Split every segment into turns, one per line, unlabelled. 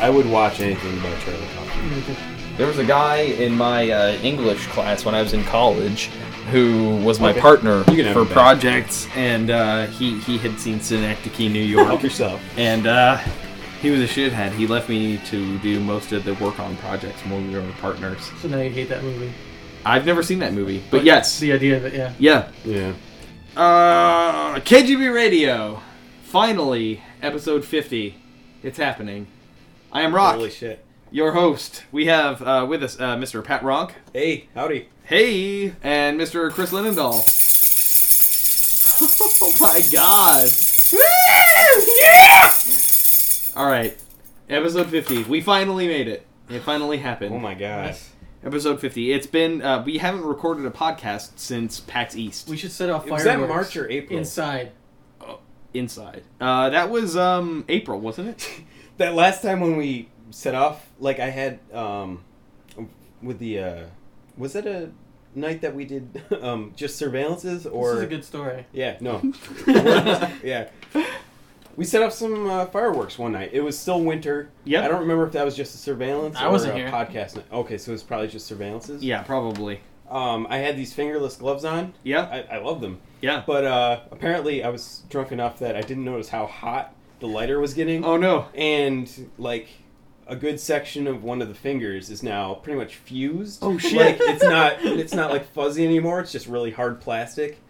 uh, would watch anything by Charlie Kaufman.
There was a guy in my uh, English class when I was in college who was my
Okay.
partner
You can have
for
him back.
projects, and uh, he he had seen Synecdoche, New
Help
York,
yourself.
and uh, he was a shithead. He left me to do most of the work on projects when we were partners.
So now you hate that movie.
I've never seen that movie, but yes,
The idea of it, yeah.
yeah.
Yeah.
Uh, KGB Radio, finally, episode fifty. It's happening. I am Rock,
Holy shit.
your host. We have uh, with us uh, Mr. Pat Ronk.
Hey, howdy.
Hey, and Mr. Chris Linendahl. oh my god. All right. Episode 50. We finally made it. It finally happened.
Oh my gosh.
Episode 50. It's been uh, we haven't recorded a podcast since PAX East
We should set off
Was
fireworks.
that March or April?
Inside.
inside. Uh, that was um April, wasn't it?
That last time when we set off, like I had um with the uh was that a night that we did um just surveillances or
this is a good story.
Yeah, no. yeah. We set up some uh, fireworks one night. It was still winter.
Yep.
I don't remember if that was just a surveillance
I
or
wasn't
a
here.
podcast night. Okay, so it was probably just surveillances.
yeah, probably.
Um, I had these fingerless gloves on.
Yeah.
I, I love them.
Yeah.
But uh, apparently I was drunk enough that I didn't notice how hot the lighter was getting.
Oh no.
And, like, a good section of one of the fingers is now pretty much fused.
Oh, shit.
Like, it's not, it's not, like, fuzzy anymore. It's just really hard plastic.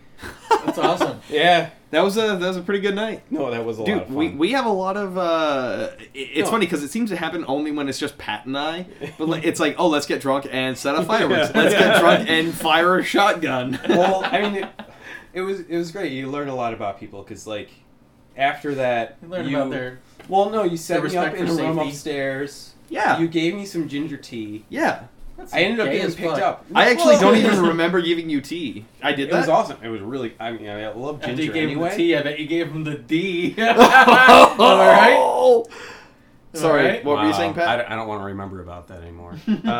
That's awesome.
Yeah.
That was a that was a pretty good night.
No, that was a lot of
Dude,
fun.
we, we have a lot of. Uh, i- it's
No.
funny because it seems to happen only when it's just Pat and I. But like, it's like, oh, let's get drunk and set up fireworks.
Yeah.
Let's get
Yeah.
drunk and fire a shotgun.
well, I mean, it, it was it was great. You learn a lot about people because like after that,
You learn about their.
well, no, you set
their
me up
respect
in a
for
room
safety.
upstairs.
yeah,
You gave me some ginger tea.
yeah.
That's
I ended up
gay
getting
as
picked
fuck.
up.
I actually
Whoa.
don't even remember giving you tea. I did
It
that.
was awesome. It was really. I mean, I love
After you
ginger
gave him
anyway.
the T, I bet you gave him the D.
All
All right.
right. Sorry,
All right.
what were you saying, Pat?
I don't want to remember about that anymore.
Uh,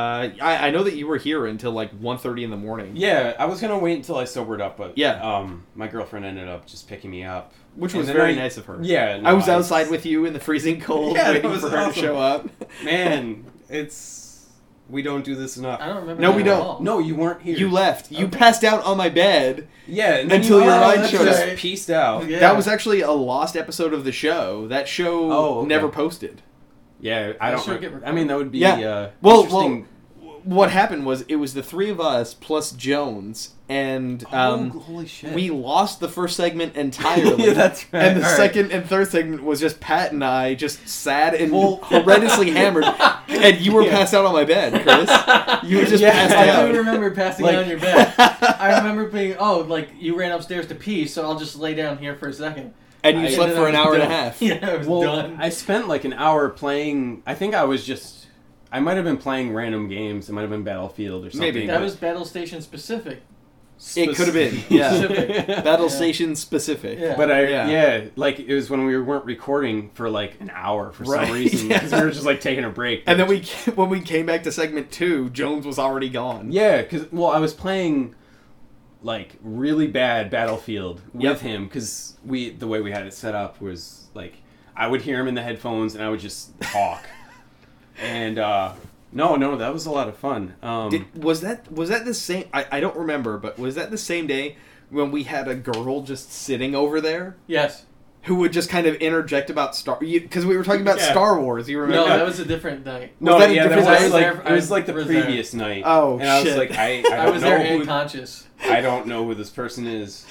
I, I know that you were here until like 1.30 in the morning,
yeah, I was gonna wait until I sobered up, but
Yeah.
um, my girlfriend ended up just picking me up,
which
And
was
then
very
I-
nice of her.
Yeah,
I was
no,
outside with you in the freezing cold,
Yeah, that
waiting
was
for her to
awesome.
show up.
man. It's we don't do this enough.
I don't remember.
No,
that
we
at
don't.
all.
No, you weren't here.
You left. You
Okay.
passed out on my bed.
Yeah, and
Until your
left,
ride
and
showed
just
up.
pieced out.
Yeah.
That was actually a lost episode of the show. That show
Oh, okay.
never posted.
Yeah, I
That
don't.
should
re-
get
I mean, that would be
Yeah.
uh,
Well,
interesting.
well, what happened was it was the three of us plus Jones, and
oh,
um,
holy shit!
we lost the first segment entirely.
yeah, that's right.
and the
All right.
second and third segment was just Pat and I, just sad and
Well-
horrendously hammered, and you were
Yeah.
passed out on my bed, Chris. You were just
Yeah,
passed
I
out.
do remember passing
Like-
out on your bed. I remember being, oh, like you ran upstairs to pee, so I'll just lay down here for a second.
and you
I-
slept
then
for
I
an
was
hour and a
done.
half.
Yeah, I was
Well,
done.
I spent like an hour playing. I think I was just. I might have been playing random games. It might have been Battlefield or something.
Maybe.
that
but
was battle station specific.
It could have been,
yeah.
Battle
Yeah.
station specific.
Yeah.
But I
Yeah.
yeah. like it was when we weren't recording for like an hour for
Right,
some reason
yeah.
because we were just like taking a break.
And then we, ca- when we came back to segment two, Jones was already gone.
Yeah, because well, I was playing like really bad Battlefield with
Yep.
him because we the way we had it set up was like I would hear him in the headphones and I would just talk. and uh, no, no, that was a lot of fun. Um,
Did, was that was that the same? I, I don't remember, but was that the same day when we had a girl just sitting over there
Yes.
who would just kind of interject about Star? Because we were talking about
Yeah.
Star Wars. You
No,
remember?
that was a different night.
no,
that a
yeah, that
different-
was
I was
like
there-
it was
I
like the
was there.
previous night.
Oh,
and I was
shit.
like, I, I don't
I was
know
there
who,
and conscious.
I don't know who this person is.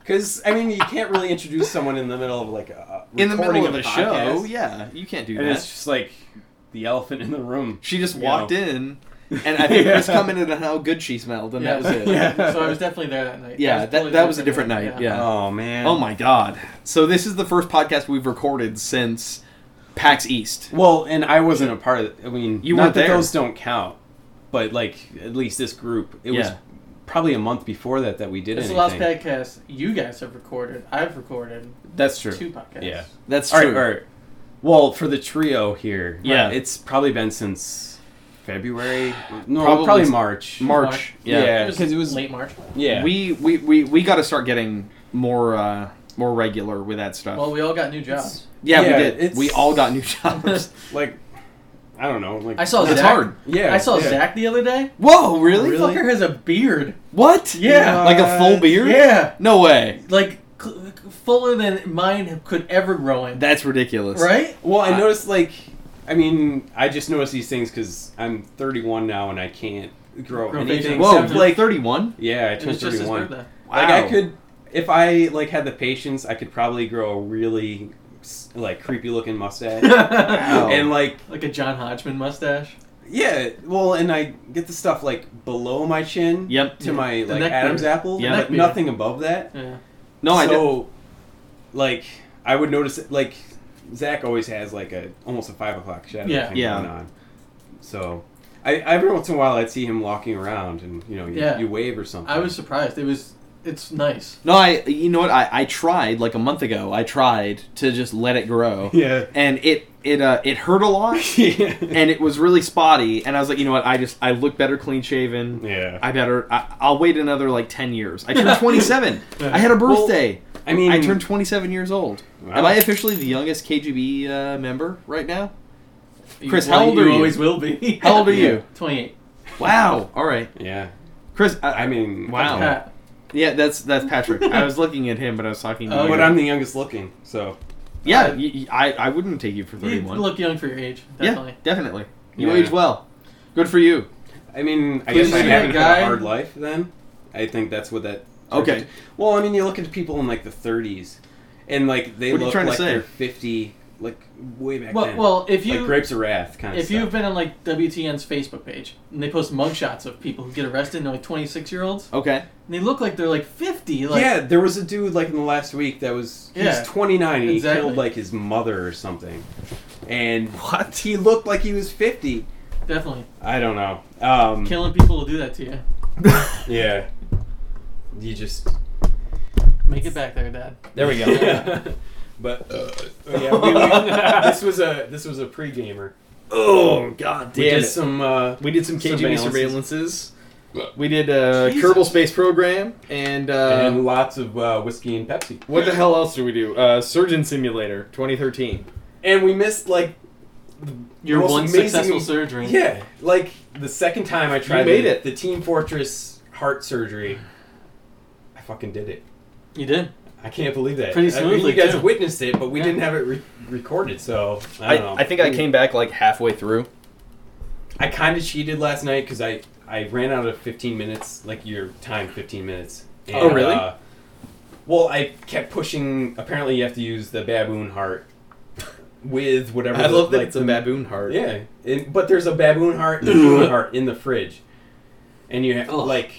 Because I mean, you can't really introduce someone in the middle of like a a
in the
recording
middle of a show.
podcast.
Yeah, you can't do
and
that.
it's just like the elephant in the room.
she just
you
walked
know.
in, and I think
Yeah.
Chris commented on how good she smelled, and that was it.
Yeah.
So I was definitely there that night.
Yeah,
was
that-
totally
that was a different night, yeah.
Oh man.
Oh my god! So this is the first podcast we've recorded since PAX East.
Well, and I wasn't a part of. I mean,
You
not
weren't
that
there.
those don't count, but like at least this group, it was
Yeah.
probably a month before that that we did
It's the
anything.
last podcast you guys have recorded. I've recorded
That's true.
two podcasts.
Yeah.
That's
All right,
true.
all right. Well, for the trio here,
Yeah.
it's probably been since February. No,
Probably
probably,
s-
March.
March.
March.
Yeah.
Yeah, 'cause it was-
late March.
yeah.
We we we, we got to start getting more uh, more regular with that stuff.
Well, we all got new jobs.
yeah,
Yeah,
we did.
it's-
We all got new jobs.
Like, I don't know. Like
I saw
It's
Zach.
hard.
Yeah,
I saw
yeah.
Zach the other day.
Whoa, really?
This fucker has a beard.
What?
Yeah.
Like a full beard?
Yeah.
No way.
Like cl- fuller than mine could ever grow in.
That's ridiculous.
right?
Well, I
I-
noticed like, I mean, I just noticed these things because I'm 31 now and I can't grow
Grow
anything.
facials.
Whoa,
except,
Except
like
like,
31?
yeah, I
It
turned
was just his
31.
birthday.
Like I could, if I like had the patience, I could probably grow a really s- like creepy looking mustache.
Wow.
And like,
Like a John Hodgman mustache.
yeah, well, and I get the stuff like below my chin
Yep.
to my
The
like
neck
Adam's
beard.
apple,
Yeah.
but
Neck beard.
nothing above that.
Yeah.
No, I don't.
so, like, I would notice it, like Zach always has like a almost a five o'clock shadow
Yeah.
thing
Yeah.
going on. So, I every once in a while I'd see him walking around, and you know, you,
Yeah.
you wave or something.
I was surprised. It was. It's nice.
No, I. You know what? I, I tried like a month ago. I tried to just let it grow,
yeah,
and it it uh, it hurt a lot,
yeah,
and it was really spotty. And I was like, you know what? I just I look better clean shaven.
yeah.
I better. I, I'll wait another like ten years. I turned twenty seven.
Yeah.
I had a birthday.
I mean,
I turned twenty seven years old.
Wow.
Am I officially the youngest KGB uh, member right now?
You-
Chris,
well,
how old are you?
Always will be.
How old are
Yeah.
you?
Twenty-eight.
Wow. All right,
yeah.
Chris. I,
I mean, yeah.
Wow.
Pat.
yeah, that's that's Patrick. I was looking at him, but I was talking. to
Oh,
you.
But I'm the youngest looking, so
Yeah,
Uh,
y y I I I wouldn't take you for
You
thirty one.
look young for your age. Definitely.
Yeah, definitely. You
Yeah.
age well. Good for you.
I mean, I
Please
guess I
see that
haven't had
guy.
a hard life then. I think that's what that.
Okay.
Well, I mean, you look at people in like the 30s, and like they
What are you
look
trying to
like
say?
they're 50, like way back
Well,
then.
well, if you
like grapes of wrath kind of.
if you've been on like WTN's Facebook page and they post mugshots of people who get arrested and they're like 26 year olds
Okay.
and they look like they're like 50. Like,
yeah, there was a dude like in the last week that was
Yeah.
he's 29 and
Exactly.
he killed like his mother or something, and
What?
he looked like he was 50.
Definitely.
I don't know. Um,
Killing people will do that to you.
yeah. You just
Make it back there, Dad.
There we
go.
but
Uh,
oh, yeah, we- we- this was a this was a pre-gamer.
oh god
We did some uh,
We did some KGB surveillances.
Surveillances.
We did uh,
Jesus.
Kerbal Space Program and, uh,
and lots of uh, whiskey and Pepsi.
what the hell else did we do? Uh, Surgeon Simulator 2013.
And we missed like
Your
Most
one
amazing-
successful surgery.
yeah, like the second time I tried
made
the,
it.
the Team Fortress heart surgery. I fucking did it.
You did.
I can't believe that.
Pretty
I mean,
smoothly,
you guys
too.
witnessed it, but we
Yeah.
didn't have it re- recorded. So I, don't
I,
know.
I think I came back like halfway through.
I kind of cheated last night because I I ran out of 15 minutes, like your time 15 minutes.
Oh, really?
uh, well, I kept pushing. Apparently, you have to use the baboon heart with whatever. the- like, the-
baboon heart. Yeah.
Yeah, it, but there's a baboon heart, and a human heart in the fridge, and you have
Ugh.
like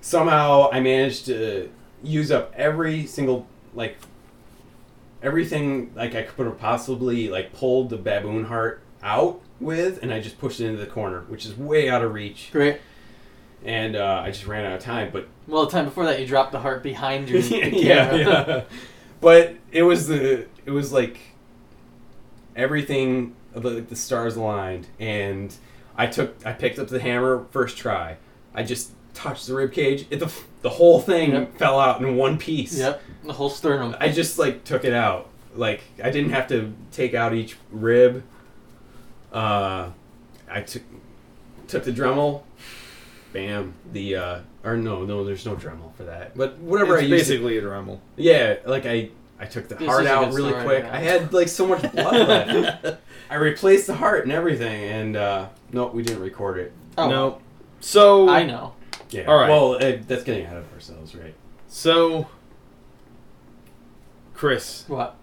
somehow I managed to use up every single like everything like I could have possibly like pulled the baboon heart out with, and I just pushed it into the corner, which is way out of reach,
Great.
and uh, I just ran out of time. But
Well, the time before that, you dropped the heart behind your
yeah,
camera.
yeah. But it was the it was like everything the the stars aligned and I took I picked up the hammer first try. I just touched the rib cage. It, the the whole thing
Yep.
fell out in one piece.
Yep. The whole sternum.
I just like took it out. Like I didn't have to take out each rib. Uh, I took took the Dremel. Bam. The uh, or no, no, there's no Dremel for that. But whatever I used, it-
basically a Dremel.
yeah, like I I took the
This
heart
is a
out
good
really
story,
quick.
yeah.
I had like so much blood left. I replaced the heart and everything, and uh, nope, we didn't record it.
oh,
No. So
I know.
Yeah.
All right.
Well, eh, that's getting ahead of ourselves, right?
So Chris,
What?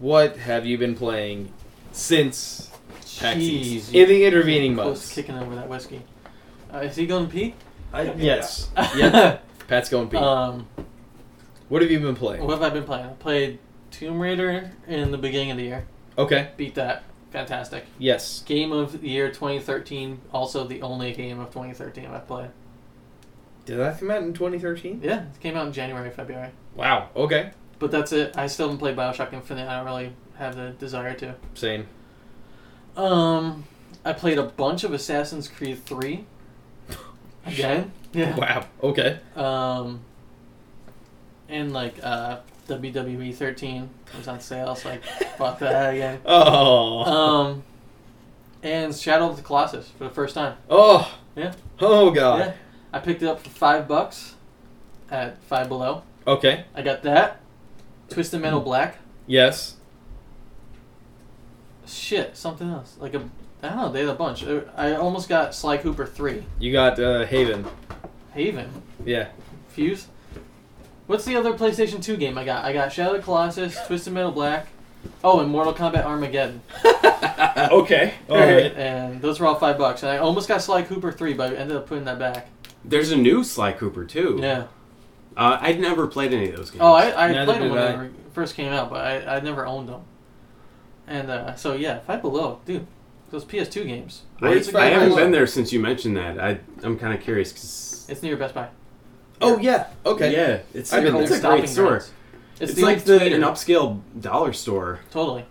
What have you been playing since
Jeez.
taxis?
you
In the intervening
Close
months.
kicking over that whiskey. Uh, is he going to pee?
I, yes. yeah.
Yeah.
Pat's going pee.
um.
what have you been playing?
What have I been playing? I played Tomb Raider in the beginning of the year.
Okay.
Beat that. Fantastic.
Yes.
Game of the year 2013. Also the only game of 2013 I've played.
Did that come out in 2013?
Yeah, it came out in January, February.
Wow. Okay.
But that's it. I still haven't played Bioshock Infinite. I don't really have the desire to.
Same.
Um, I played a bunch of Assassin's Creed 3. Again. Yeah.
Wow. Okay.
Um, and like uh, WWE 13 was on sale, so I bought that again.
Oh.
Um, and Shadow of the Colossus for the first time.
oh.
Yeah.
Oh god.
Yeah, I picked it up for five bucks at Five Below.
Okay.
I got that. Twisted Metal Black.
Yes.
Shit, something else. Like a, I don't know, they had a bunch. Uh, I almost got Sly Cooper 3.
You got uh, Haven.
Haven.
Yeah.
Fuse. What's the other PlayStation 2 game I got? I got Shadow of the Colossus, Twisted Metal Black. Oh, and Mortal Kombat Armageddon.
Uh, okay. All
Oh.
right.
And those were all five bucks. And I almost got Sly Cooper 3, but I ended up putting that back.
There's a new Sly Cooper too.
Yeah.
Uh, I'd never played any of those games.
Oh, I, I
Neither
played them
did
when
I.
they were- first came out, but I, I never owned them. And uh, so, yeah, Five Below, dude. Those PS2 games.
I,
Where's the
I haven't
guy?
been there since you mentioned that. I I'm kind of curious 'cause-
It's near Best Buy.
Oh yeah. Okay.
yeah, it's
I've been
it's
there.
a great store.
grounds.
It's,
It's, the
like
old
the,
Tweeter.
an upscale dollar store.
Totally.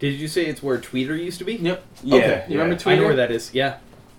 Did you say it's where Tweeter used to be?
Yep.
Yeah.
You remember
I know
Tweeter?
where that is. Yeah.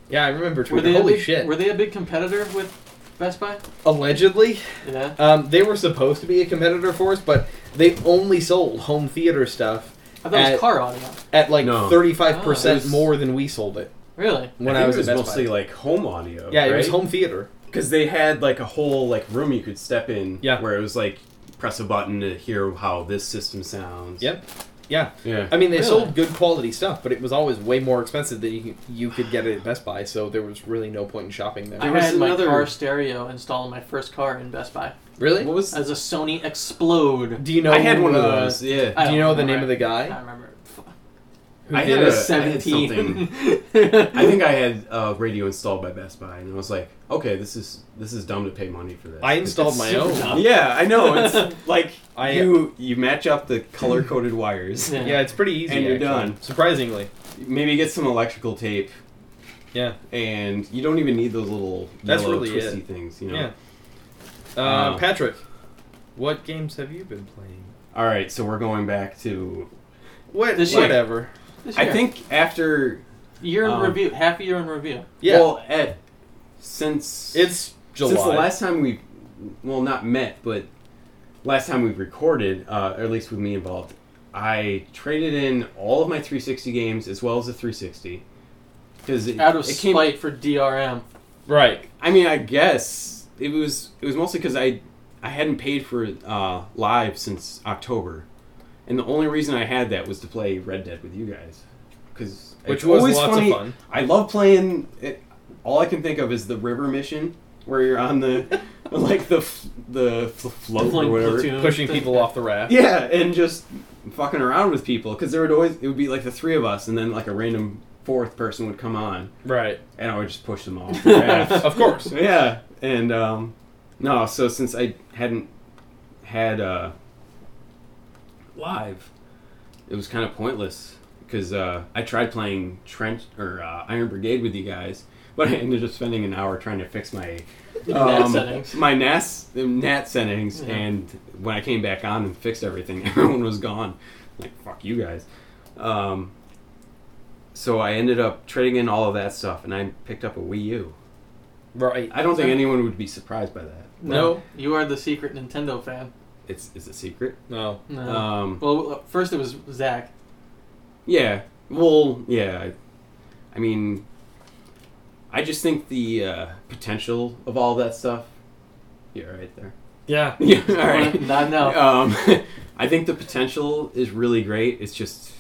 Yeah, I remember
Were
Tweeter.
they, a
Holy
big,
shit.
were they a big competitor with Best Buy?
Allegedly,
Yeah.
um, they were supposed to be a competitor for us, but they only sold home theater stuff
I thought it
At-
was Car Audio.
at like
No.
thirty-five
Oh,
percent
it was-
more than we sold it
Really?
when
I, think
I, was
it was
at Best
mostly
Buy.
like home audio.
yeah,
right?
it was home theater.
because they had like a whole like room you could step in.
Yeah.
where it was like press a button to hear how this system sounds.
Yep. Yeah,
Yeah.
I mean they
Really?
sold good quality stuff, but it was always way more expensive than you, you could get it at Best Buy. So there was really no point in shopping there.
I
was
had my
another-
car stereo installed in my first car in Best Buy
really?
What was?
as a Sony Explode.
Do you know?
I had one of
uh,
those. Yeah.
I
do you
don't
know the
remember.
name of the
I
guy?
don't remember.
Who
I
did
had
it?
a-
Seventeen.
I think I had uh, radio installed by Best Buy, and I was like, "Okay, this is this is dumb to pay money for this."
I installed
It's
my
super
own.
dumb.
Yeah, I know. It's like
I- uh,
you you match up the color coded wires,
Yeah.
Yeah, it's pretty easy.
And you're
actually.
done.
Surprisingly,
maybe get some electrical tape,
yeah,
and you don't even need those little
That's
yellow
really
twisty things. You know.
yeah. Uh,
Oh.
Patrick, what games have you been playing?
All right, so we're going back to.
What?
This year.
whatever.
This
I
year.
think after
year in
um,
review, half a year in review.
Yeah,
well, at since
it's July.
Since the last time we, well, not met, but last time we recorded, uh, or at least with me involved, I traded in all of my 360 games as well as the 360 because it,
Out of
it came.
spite for DRM.
right.
I mean, I guess it was it was mostly because I I hadn't paid for uh, live since October, and the only reason I had that was to play Red Dead with you guys, because
Which was lots of fun.
I love playing. It, all I can think of is the river mission where you're on the like the f- the f- float or
Fling
whatever.
platoon.
Pushing people off the raft.
Yeah, and just fucking around with people because there would always it would be like the three of us, and then like a random fourth person would come on,
Right.
and I would just push them off. the raft.
Of course.
yeah, and um, no, so since I hadn't had uh, live, it was kind of pointless because uh, I tried playing Trench or uh, Iron Brigade with you guys, but I ended up spending an hour trying to fix my um,
NAT settings.
my NAS NAT settings,
Yeah.
and when I came back on and fixed everything, everyone was gone. Like fuck you guys. Um, so I ended up trading in all of that stuff, and I picked up a Wii U.
Right.
I don't think anyone would be surprised by that.
No.
You are the secret Nintendo fan.
It's it's a secret.
No.
No.
Um,
well, uh, first it was Zach.
yeah. Well, yeah. I, I mean, I just think the uh, potential of all that stuff. Yeah, right there.
Yeah.
Yeah, all right.
Not now.
Um, I think the potential is really great. It's just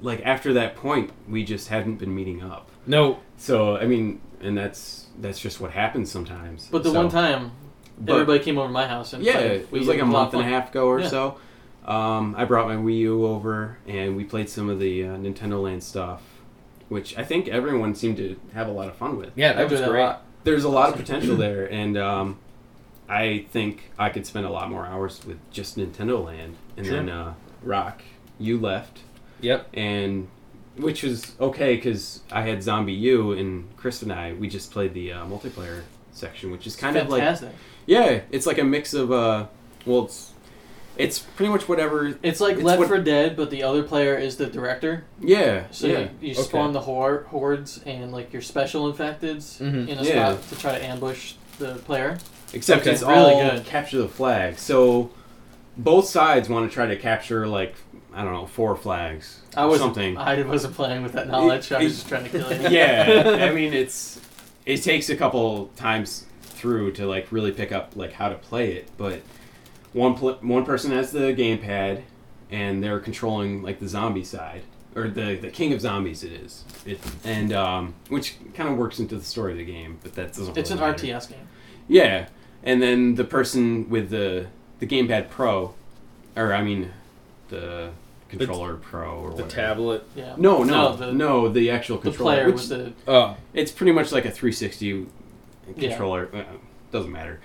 like after that point, we just hadn't been meeting up.
No.
So I mean, and that's that's just what happens sometimes.
But the
So-
one time,
but-
everybody came over to my house and
Yeah,
played.
it
We
was
did
like a month and a
of
half ago or
Yeah.
so. Um, I brought my Wii U over and we played some of the uh, Nintendo Land stuff, which I think everyone seemed to have a lot of fun with.
Yeah,
I
that
do
was
that a
great.
lot.
There's a lot of potential there, and um, I think I could spend a lot more hours with just Nintendo Land. And
Sure.
then uh, Rock, you left,
Yep.
and which was okay because I had Zombie U and Chris and I we just played the uh, multiplayer section, which is kind of like
Fantastic.
yeah, it's like a mix of uh, well, it's it's pretty much whatever.
It's like
It's
Left
what-
4 Dead, but the other player is the director.
Yeah,
So
yeah,
you, you
okay.
spawn the hor- hordes and like your special infecteds
Mm-hmm.
Mhm.
in a
Yeah.
spot to try to ambush the player.
except
okay.
it's
Really
all
good.
capture the flag. So both sides want to try to capture like I don't know four flags.
I was
something.
I wasn't playing with that knowledge. I was just trying to kill you.
yeah, I mean it's it takes a couple times through to like really pick up like how to play it, but one pl- one person has the gamepad and they're controlling like the zombie side or the the king of zombies it is. It and um which kind of works into the story of the game, but that doesn't
It's an
really matter.
RTS game.
Yeah, and then the person with the the gamepad pro or I mean the controller pro or
The
whatever.
tablet.
Yeah.
No, no, no,
Oh, the,
the, actual
the
controller.
player
which-
was the
Oh,
it's pretty much like a 360
Yeah.
controller. Uh, doesn't matter.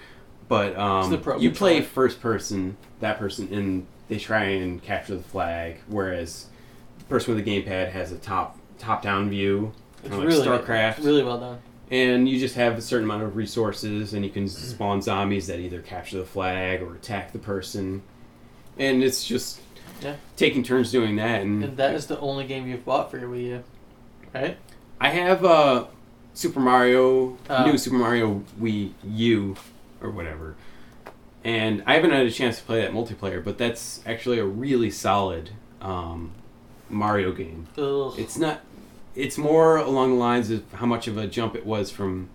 But um,
the pro
you play
controller.
first person, that person, and they try and capture the flag. Whereas the person with the gamepad has a top top down view,
it's
kinda
really
like StarCraft,
it's really well done.
and you just have a certain amount of resources, and you can
Mm.
spawn zombies that either capture the flag or attack the person. And it's just
Yeah.
taking turns doing that, and,
And that is the only game you've bought for your Wii U, right?
I have uh, Super Mario,
Oh.
new Super Mario Wii U, or whatever. And I haven't had a chance to play that multiplayer, but that's actually a really solid um, Mario game.
Ugh.
It's not. It's more along the lines of how much of a jump it was from,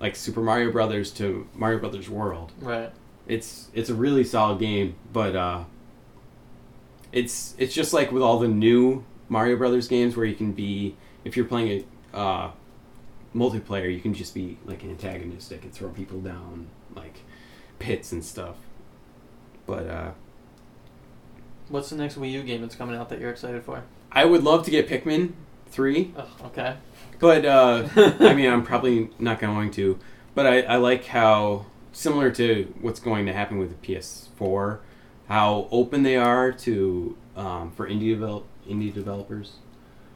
like Super Mario Brothers to Mario Brothers World.
right.
It's it's a really solid game, but uh, it's it's just like with all the new Mario Brothers games where you can be if you're playing a uh, multiplayer, you can just be like an antagonistic and throw people down like pits and stuff. But uh,
What's the next Wii U game that's coming out that you're excited for?
I would love to get Pikmin three,
Ugh, okay.
but uh, I mean I'm probably not going to. But I, I like how similar to what's going to happen with the PS4, how open they are to um, for indie develop indie developers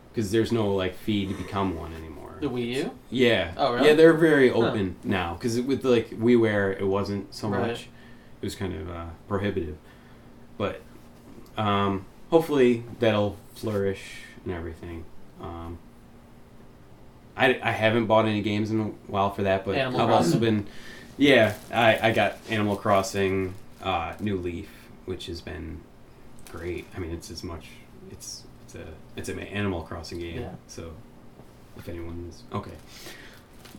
because there's no like fee to become one anymore.
The Wii U?
Yeah.
Oh, really?
Yeah, they're very
Huh.
open now. 'Cause now because with like WiiWare, it wasn't so
Right.
much. It was kind of uh, prohibitive, but um, hopefully that'll flourish and everything. Um, I, I haven't bought any games in a while for that, but
Animal
I've also
Crossing.
been yeah I, I got Animal Crossing, uh, New Leaf, which has been great. I mean, it's as much it's it's a it's an Animal Crossing game,
Yeah.
so if anyone's okay.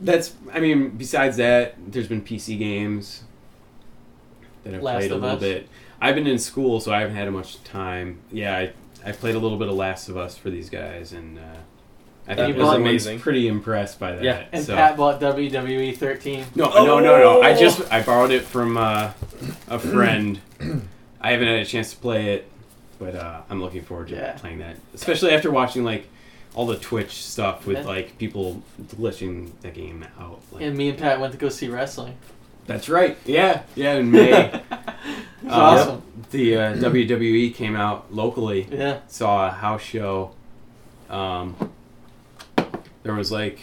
That's I mean, besides that, there's been PC games that I've
Last
played a
of
little
Us.
bit. I've been in school, so I haven't had much time. Yeah, I, I played a little bit of Last of Us for these guys, and uh, I
That
think
was
everyone's
amazing.
Pretty impressed by that.
Yeah.
And
so.
Pat bought E WWE 13.
No, no, no, no. I just I borrowed it from uh, a friend. I haven't had a chance to play it, but uh, I'm looking forward to
Yeah.
playing that, especially after watching like all the Twitch stuff with
Yeah.
like people glitching the game out. Like,
And me and Pat went to go see wrestling.
that's right. Yeah, yeah. In May,
It was
Uh,
awesome.
the uh, WWE came out locally.
Yeah.
Saw a house show. Um, there was like,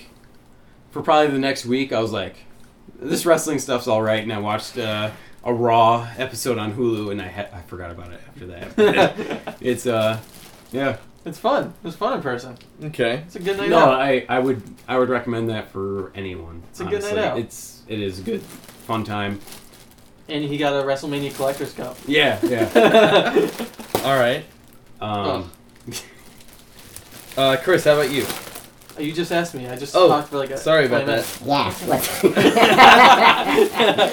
for probably the next week, I was like, this wrestling stuff's all right, and I watched uh, a Raw episode on Hulu, and I ha- I forgot about it after that. it's uh, yeah.
It's fun. It was fun in person.
okay.
It's a good night
No,
out.
I, I would I would recommend that for anyone.
It's a good night
honestly.
out.
It's it is a good fun time.
And he got a WrestleMania Collector's Cup.
Yeah, yeah.
All right.
Um,
Uh, Chris, how about you?
You just asked me. I just
Oh,
talked for like a.
Sorry about
20
that.
minutes.
Yeah. What?
Uh,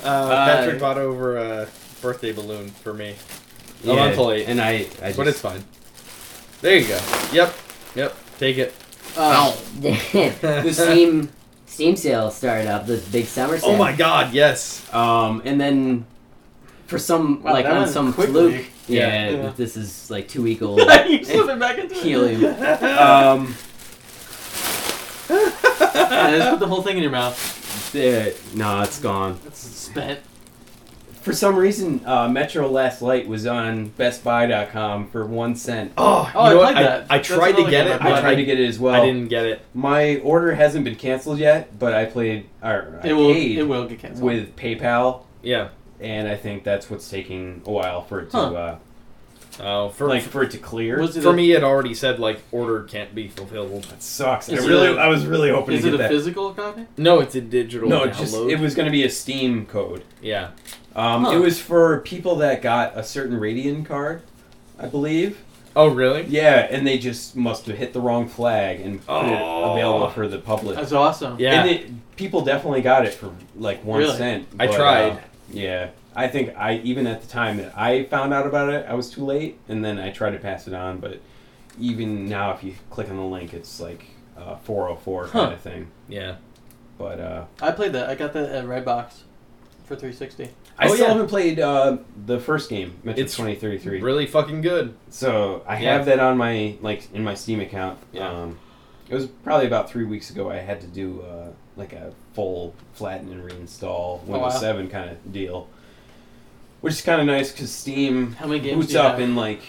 Patrick
Patrick bought over a birthday balloon for me,
yeah,
a month late.
and I I just
but it's fine. There you go. Yep. Yep. Take it.
Uh,
I, Oh, the Steam Steam sale started up. The big summer sale.
Oh my God! Yes.
um and
And then for some
Wow,
like
that
on
went
some
quickly.
fluke. Yeah,
Yeah.
Yeah.
this is like two week old.
you slipping back into it.
Helium.
um.
Yeah, just put the whole thing in your mouth.
Yeah, no, it's gone.
It's spent.
For some reason, uh, Metro Last Light was on BestBuy.com for one cent.
Oh,
Oh,
you
I
know what?
played that.
I
That's
tried to
another
get
game
it,
I
I
but
tried
I,
to get it as well.
I didn't get it.
My order hasn't been canceled yet, but I played or I
It will.
paid
It will get canceled.
with PayPal,
Yeah.
and I think that's what's taking a while for it to
Huh.
uh,
Oh, for
like for it to clear.
Was it
for
a,
me, it already said like order can't be fulfilled.
that sucks. I
Is it
really,
a-
I was really hoping
Is
to
it
get
a
that.
physical copy?
No, it's a digital
no,
download.
just it was going to be a Steam code.
yeah.
Um,
Huh.
It was for people that got a certain Radian card, I believe.
Oh, really?
Yeah, and they just must have hit the wrong flag and put it
Oh.
available for the public.
That's awesome.
Yeah.
And it, people definitely got it for like one cent.
Really?
I
but, uh,
tried.
yeah, I think I even at the time that I found out about it, I was too late, and then I tried to pass it on. But even now, if you click on the link, it's like uh, 404 kind
Huh.
of thing.
Yeah.
But uh,
I played that. I got that at Redbox for 360.
I
Oh,
still
yeah.
haven't played uh, the first game, Metro
It's
2033.
Really fucking good.
so I
Yeah.
have that on my like in my Steam account.
Yeah.
Um, it was probably about three weeks ago. I had to do uh, like a full flatten and reinstall Windows
Oh, wow.
7 kind of deal, which is kind of nice because Steam
How many games? do
boots
you
up
have?
in like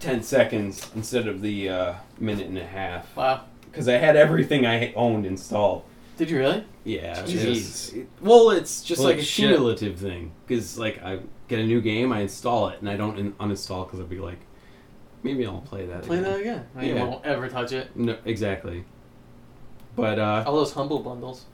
10 seconds instead of the uh, minute and a half
Wow.
because i had everything i owned installed
Did you really?
yeah
Jeez.
it's- it- well it's just
Holy
like a
shit.
cumulative thing because like i get a new game i install it and i don't in- uninstall because i'd be like maybe i'll play that
Play
again.
that again. I
Yeah.
won't ever touch it.
no exactly but uh,
All those humble bundles.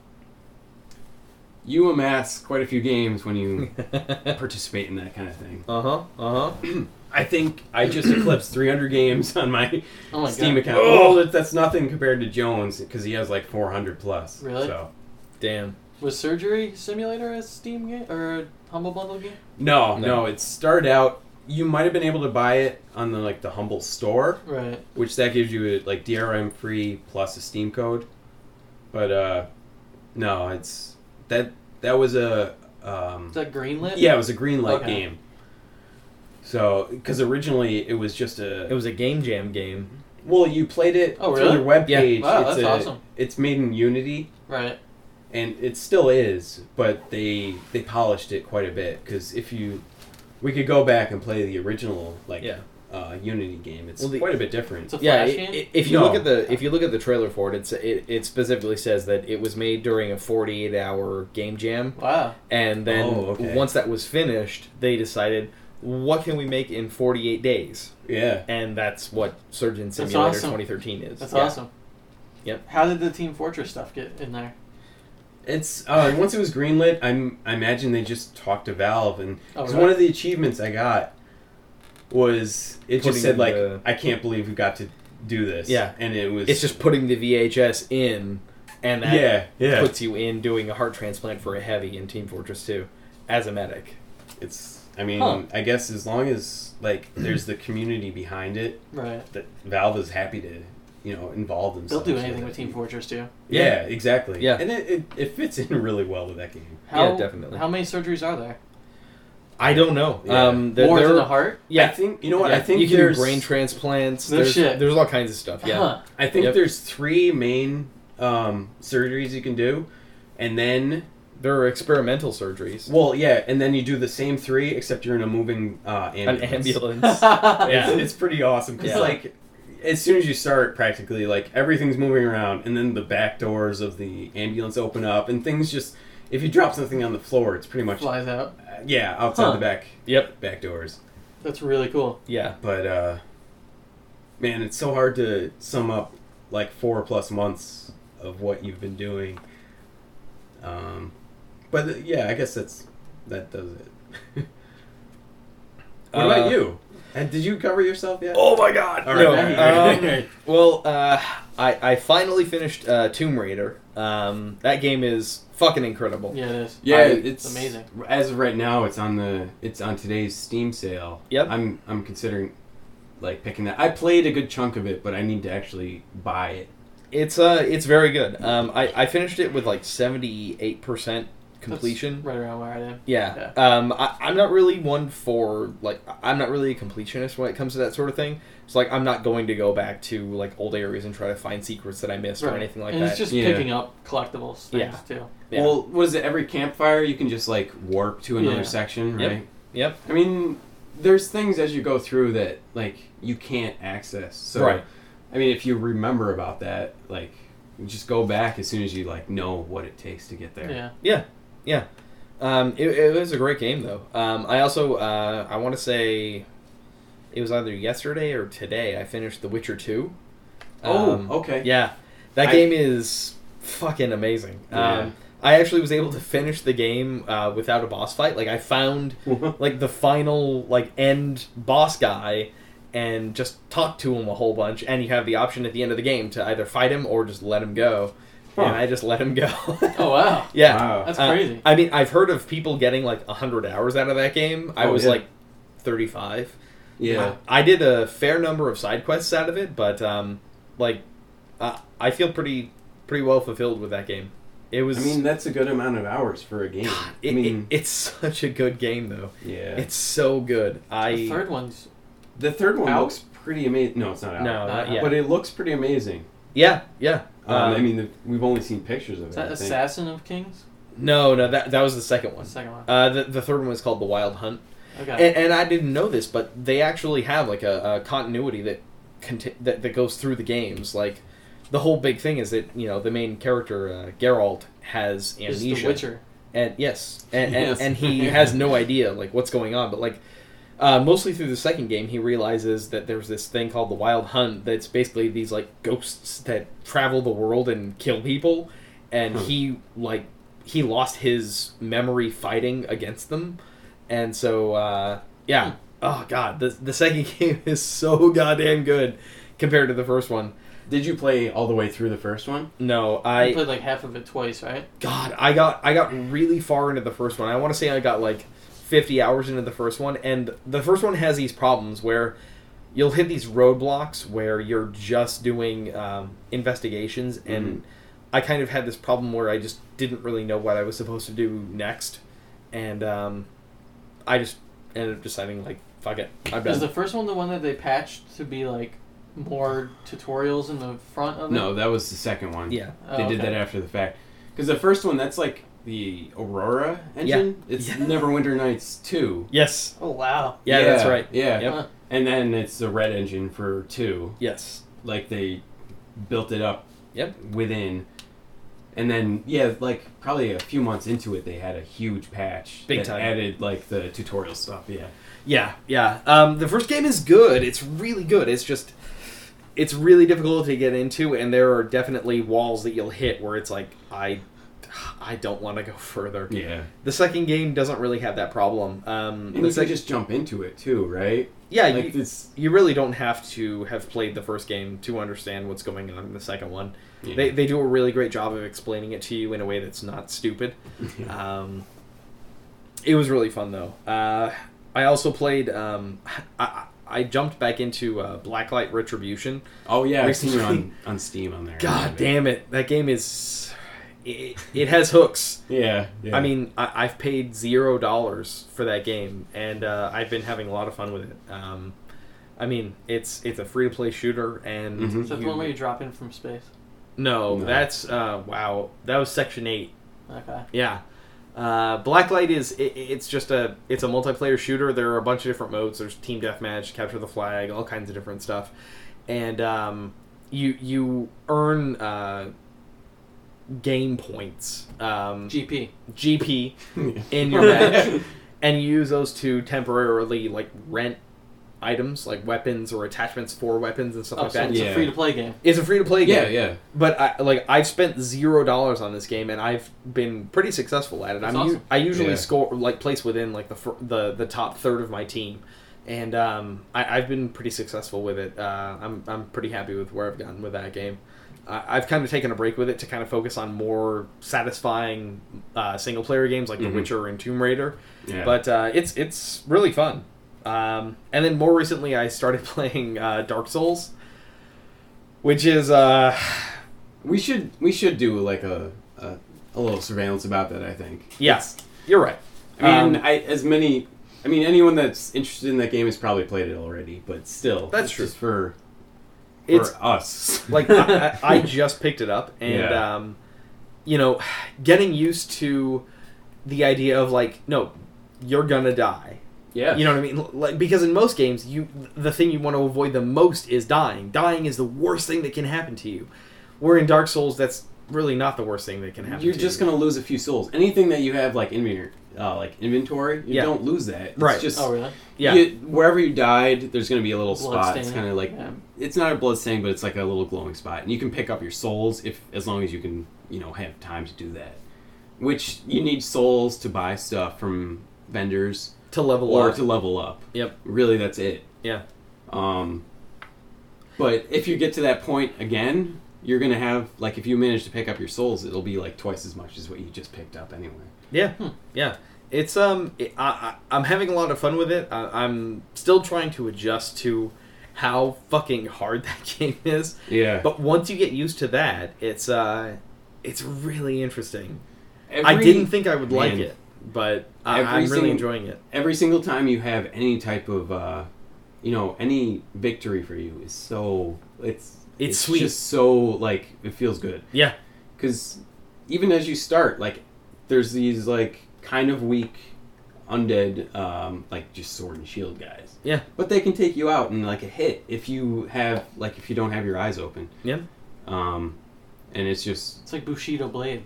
you amass quite a few games when you
Uh-huh,
participate in that kind of thing
Uh huh. Uh huh.
i think i just eclipsed 300 games on my
Oh my
Steam
god.
account. Oh, that, that's nothing compared to Jones because he has like 400 plus.
Really?
So.
Damn.
Was Surgery Simulator a Steam game or a humble bundle game?
No,
No.
no, It started out. You might have been able to buy it on the like the humble store,
Right.
which that gives you a, like DRM free plus a Steam code. But uh, no, it's that that was a um,
Is that greenlit?
yeah, it was a green light
Okay.
game. So, because originally it was just a
It was a game jam game.
well, you played it
Oh,
through
really?
their web
Yeah.
page.
Wow,
it's
that's
a-
awesome.
It's made in Unity.
Right.
and it still is, but they they polished it quite a bit because if you we could go back and play the original like
Yeah.
uh, Unity game, it's
Well, the-
quite a bit different.
It's a flash
Yeah. i-
game.
i- if you
No.
look at the if you look at the trailer for it, it's it, it specifically says that it was made during a 48 hour game jam.
wow.
And then
Oh, okay.
once that was finished, they decided, what can we make in 48 days?
yeah,
And that's what Surgeon
That's
Simulator
awesome.
2013 is.
That's
Yeah.
awesome.
Yep.
How did the Team Fortress stuff get in there?
it's uh, once it was greenlit, I'm I imagine they just talked to Valve, and
Oh,
'cause
really?
one of the achievements I got was it
Putting
just said like
the-
I can't believe we got to do this.
Yeah.
and it was
It's just putting the VHS in, and that
yeah yeah
puts you in doing a heart transplant for a heavy in Team Fortress 2 as a medic.
it's. I mean,
Huh.
I guess as long as like there's the community behind it,
Right.
that Valve is happy to, you know, involve
They'll
themselves.
do anything
it.
with Team Fortress too.
Yeah, exactly.
Yeah.
and it, it, it fits in really well to that game.
How,
Yeah, definitely.
How many surgeries are there?
I don't know.
Yeah.
Um, there,
More
there
than
are-
a heart?
Yeah, I
Yeah.
think you know what
yeah,
I think
you can
there's
do brain transplants.
No
there's,
shit.
there's all kinds of stuff. Yeah,
Huh.
I think
Yep.
there's three main um, surgeries you can do, and then
there are experimental surgeries.
well, yeah, and then you do the same three except you're in a moving uh, ambulance.
An ambulance.
It's,
yeah.
Yeah.
it's pretty awesome because
Yeah.
like. As soon as you start, practically like everything's moving around, and then the back doors of the ambulance open up, and things just—if you drop something on the floor, it's pretty much
Flies out.
Uh, yeah, outside
Huh.
the back
yep.
back doors.
That's really cool.
Yeah.
But uh man, it's so hard to sum up like four plus months of what you've been doing. Um but uh, yeah, I guess that's that does it. what
Uh,
about you? And did you cover yourself yet?
Oh my god!
All right,
No,
all right, all right,
um,
all right.
well, uh, I I finally finished uh, Tomb Raider. Um, that game is fucking incredible.
Yeah, it is.
Yeah,
I-
it's
amazing.
As of right now, it's on the it's on today's Steam sale.
Yep.
I'm I'm considering like picking that. I played a good chunk of it, but I need to actually buy it.
It's uh, it's very good. Um, I I finished it with like seventy eight percent
That's
completion.
right around where I am.
Yeah. Um, I, I'm not really one for like I- I'm not really a completionist when it comes to that sort of thing. It's like I'm not going to go back to like old areas and try to find secrets that I missed or anything like
and
that.
it's just
Yeah.
picking up collectibles things
Yeah.
too.
Yeah.
Well, was it every campfire you can just like warp to another
Yeah.
section,
Yep.
right?
Yep.
I mean, there's things as you go through that like you can't access. So
Right.
I mean, if you remember about that, like you just go back as soon as you like know what it takes to get there.
Yeah.
Um, it, it was a great game though. Um, I also uh, I want to say it was either yesterday or today. I finished The Witcher Two.
Oh,
Um,
okay.
Yeah, that
I-
game is fucking amazing.
Yeah.
Um, I actually was able to finish the game uh, without a boss fight. Like I found like the final like end boss guy and just talk to him a whole bunch and you have the option at the end of the game to either fight him or just let him go
Huh.
and i just let him go
Oh wow,
yeah
Wow.
that's
Uh,
crazy.
i mean i've heard of people getting like 100 hours out of that game i
Oh,
was
yeah.
like 35
yeah.
I, I did a fair number of side quests out of it but um like uh, i feel pretty pretty well fulfilled with that game it was
I mean, that's a good amount of hours for a game.
it-
I
it-
mean,
it's such a good game though
yeah.
it's so good i
the third one's
the third one
Out?
looks pretty amazing. No, it's not out.
no not yet
But it looks pretty amazing.
Yeah, yeah.
Um, I mean, the, we've only seen pictures of
is
it.
that
I think.
Assassin of Kings?
no, no, that that was the second
The
one.
second one.
Uh, the, the third one was called The Wild Hunt,
Okay.
and, and I didn't know this, but they actually have like a, a continuity that, conti- that that goes through the games. Like, the whole big thing is that you know the main character uh, Geralt has
Is
amnesia,
the Witcher?
and yes, and and,
Yes.
and he has no idea like what's going on, but like. Uh, mostly through the second game, he realizes that there's this thing called the Wild Hunt that's basically these like ghosts that travel the world and kill people, and
Hmm.
he like he lost his memory fighting against them, and so uh, yeah. Oh god, the the second game is so goddamn good compared to the first one.
Did you play all the way through the first one?
No,
I
I
played like half of it twice, right?
God, I got I got really far into the first one. I want to say I got like 50 hours into the first one, and the first one has these problems where you'll hit these roadblocks where you're just doing um, investigations, and I kind of had this problem where I just didn't really know what I was supposed to do next, and um, I just ended up deciding like, fuck it, I'm
Is
done.
the first one the one that they patched to be like more tutorials in the front of it?
No, that was the second one.
yeah,
Oh,
they did
okay.
that after the fact. Because the first one, that's like the Aurora engine. It's
Yeah.
Neverwinter Nights 2.
yes,
Oh wow.
yeah, that's right,
Yeah.
Yep.
Huh.
And then it's the red engine for 2.
yes,
Like they built it up
Yep.
within. And then, yeah, like probably a few months into it, they had a huge patch
Big
that
time.
added like the tutorial stuff. Yeah.
Yeah, yeah. Um, the first game is good. It's really good. It's just, it's really difficult to get into, and there are definitely walls that you'll hit where it's like, I, I don't want to go further.
Yeah.
The second game doesn't really have that problem. Um,
And
the
you
sec-
can just jump into it too, right?
yeah,
Like
you,
this.
you really don't have to have played the first game to understand what's going on in the second one.
Yeah.
They, they do a really great job of explaining it to you in a way that's not stupid. Um, it was really fun though. Uh, I also played. Um, I, I I jumped back into uh, Blacklight Retribution.
oh yeah, I've seen it
recently-
on, on Steam on there.
God damn it! That game is. It, it has hooks.
Yeah, yeah.
I mean, I, I've paid zero dollars for that game, and uh, I've been having a lot of fun with it. Um, I mean, it's it's a free to play shooter, and
Mhm.
Is that the
you-
one where you drop in from space?
no,
No.
that's uh, wow, that was Section Eight.
Okay.
Yeah. Uh, Blacklight is it, it's just a it's a multiplayer shooter. There are a bunch of different modes. There's team deathmatch, capture the flag, all kinds of different stuff, and um, you you earn uh, game points, um,
GP.
GP in your match, and you use those to temporarily like rent items like weapons or attachments for weapons and stuff
Oh,
like
so
that.
it's
Yeah.
a free to play game.
It's a free to play game.
yeah, yeah.
But I like I've spent zero dollars on this game, and I've been pretty successful at it.
That's
I'm u-
awesome.
I usually
Yeah.
score like place within like the fir- the the top third of my team, and um, I, I've been pretty successful with it. Uh, I'm I'm pretty happy with where I've gotten with that game. I, I've kind of taken a break with it to kind of focus on more satisfying uh, single player games like
Mm-hmm.
Mhm.
The Witcher and Tomb Raider.
Yeah.
But uh, it's it's really fun. Um, and then more recently, I started playing uh, Dark Souls, which is. Uh,
we should we should do like a a, a little surveillance about that. I think.
Yes, you're right.
I mean,
Um,
I as many. I mean, anyone that's interested in that game has probably played it already, but still,
That's
it's
true.
Just for for
It's-
us.
like I, I I just picked it up, and
Yeah.
um, you know, getting used to the idea of like, no, you're gonna die.
yeah,
You know what I mean? Like because in most games, you the thing you want to avoid the most is dying. Dying is the worst thing that can happen to you. Where in Dark Souls, that's really not the worst thing that can happen.
you're
to
just
you.
gonna lose a few souls. Anything that you have like in your uh, like inventory, you
Yeah.
don't lose that. It's
Right.
Just
Oh really?
Yeah.
you- wherever you died, there's going to be a little
Blood
spot. It's
stain.
kind of like
Yeah.
it's not a blood stain, but it's like a little glowing spot, and you can pick up your souls if as long as you can, you know, have time to do that. Which you need souls to buy stuff from vendors
to level
or
up.
to level up.
Yep.
Really, that's it.
Yeah.
Um, but if you get to that point again, you're gonna have like if you manage to pick up your souls, it'll be like twice as much as what you just picked up anyway.
Yeah,
Hmm.
yeah. It's um, it, I, I I'm having a lot of fun with it. I, I'm still trying to adjust to how fucking hard that game is.
Yeah.
But once you get used to that, it's uh, it's really interesting. I didn't think I would like
Man.
it, but I,
Every
I'm really
single-
enjoying it.
every single time you have any type of uh, you know any victory for you is so it's
It's sweet.
just so like it feels good
Yeah.
because even as you start like there's these like kind of weak undead um, like just sword and shield guys
Yeah.
but they can take you out in like a hit if you have like if you don't have your eyes open
Yeah.
um and it's just
It's like Bushido Blade.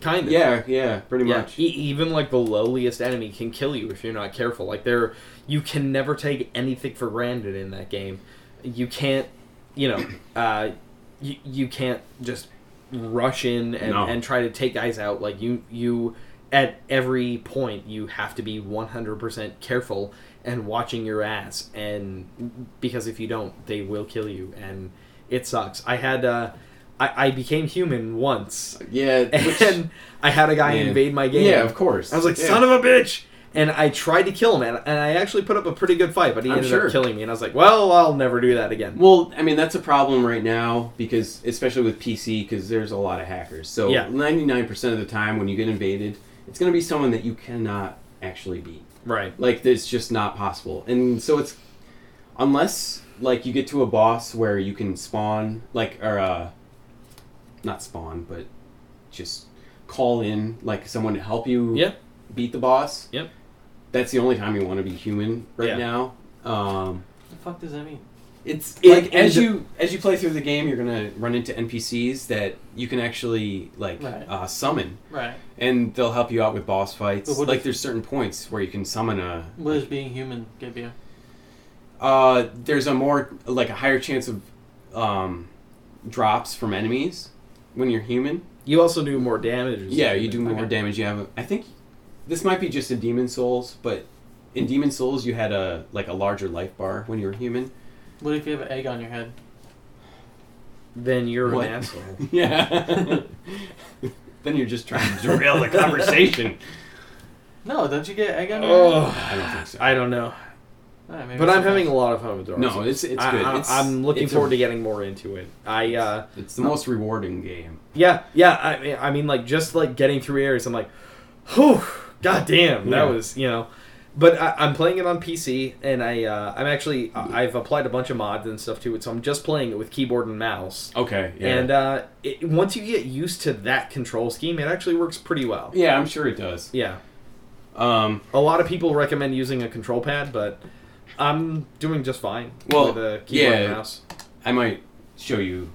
Kind of.
yeah yeah pretty
Yeah,
much
e- even like the lowliest enemy can kill you if you're not careful. Like there, you can never take anything for granted in that game. You can't, you know, uh, you, you can't just rush in and,
No.
and try to take guys out. Like you you at every point you have to be 100% careful and watching your ass and because if you don't they will kill you and it sucks i had uh i, I became human once
yeah which-
and i had a guy
Yeah.
invade my game
yeah of course
I was like,
Yeah.
son of a bitch! And I tried to kill him, and, and I actually put up a pretty good fight, but he
I'm
ended
sure.
up killing me. And I was like, well, I'll never do that again.
Well, I mean that's a problem right now because especially with PC because there's a lot of hackers. So
Yeah.
99% of the time when you get invaded, it's going to be someone that you cannot actually beat.
Right.
Like it's just not possible. And so it's unless like you get to a boss where you can spawn like or uh not spawn, but just call in like someone to help you
Yeah.
beat the boss.
Yep.
That's the only time you want to be human right
Yeah.
now. Um
What the fuck does that mean?
it's
Like,
like as
and the-
you as you play through the game, you're gonna run into NPCs that you can actually like
Right.
uh, summon,
Right.
and they'll help you out with boss fights.
But what
Like
if-
there's certain points where you can summon a.
What does being human give you?
Uh, there's a more like a higher chance of um, drops from enemies when you're human.
You also do more damage. or
Yeah,
something.
you do more
Okay.
damage. You have. A, I think this might be just in Demon Souls, but in Demon Souls you had a like a larger life bar when you were human.
What if you have an egg on your head?
Then you're
What?
an asshole.
Yeah. then you're just trying to derail the conversation.
No, don't you get egg on your head?
oh,
I don't think so.
I don't know.
Alright, maybe
But
it's
I'm
not.
having a lot of fun with Dark
no,
Souls.
it's it's
I,
good.
I,
it's,
I'm looking
it's a-
forward to getting more into it. I, uh,
It's the most rewarding game.
yeah, yeah, I, mean- I mean, like, just, like, getting through areas, I'm like, whew, goddamn, that
Yeah.
was, you know. But I, I'm playing it on PC, and I, uh, I'm actually, I- I've applied a bunch of mods and stuff to it, so I'm just playing it with keyboard and mouse.
Okay. Yeah.
And uh, it, once you get used to that control scheme, it actually works pretty well.
yeah, I'm sure it does.
Yeah.
Um,
A lot of people recommend using a control pad, but I'm doing just fine
Well,
with a keyboard and
yeah.
mouse.
I might show you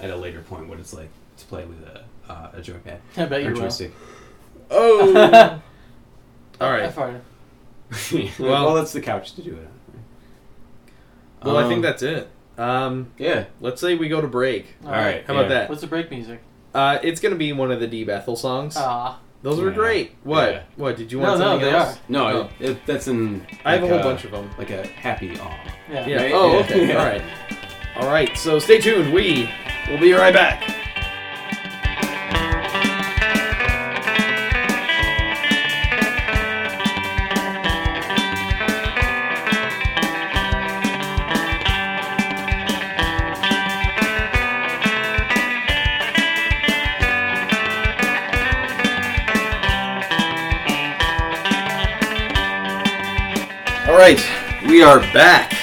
at a later point what it's like to play with a uh, a joypad
I bet you
or
will.
joystick.
Oh! All
I
right.
farted.
well, that's the couch to do it. on.
Well, I think
Um,
that's it. Um,
yeah.
let's say we go to break.
All right.
How about
yeah.
that?
What's the break music?
Uh, it's gonna be one of the D Bethel songs.
Ah,
Those were
Yeah.
great. What?
Yeah.
What? Did you
No,
want
no,
something
they
else?
are.
No,
Oh.
it, it, that's in.
I have a
like
whole bunch of them.
Like a happy aw.
yeah.
Yeah.
Right?
Oh,
Yeah.
okay.
Yeah.
All right. All right. So stay tuned. We will be right back. All right, we are back.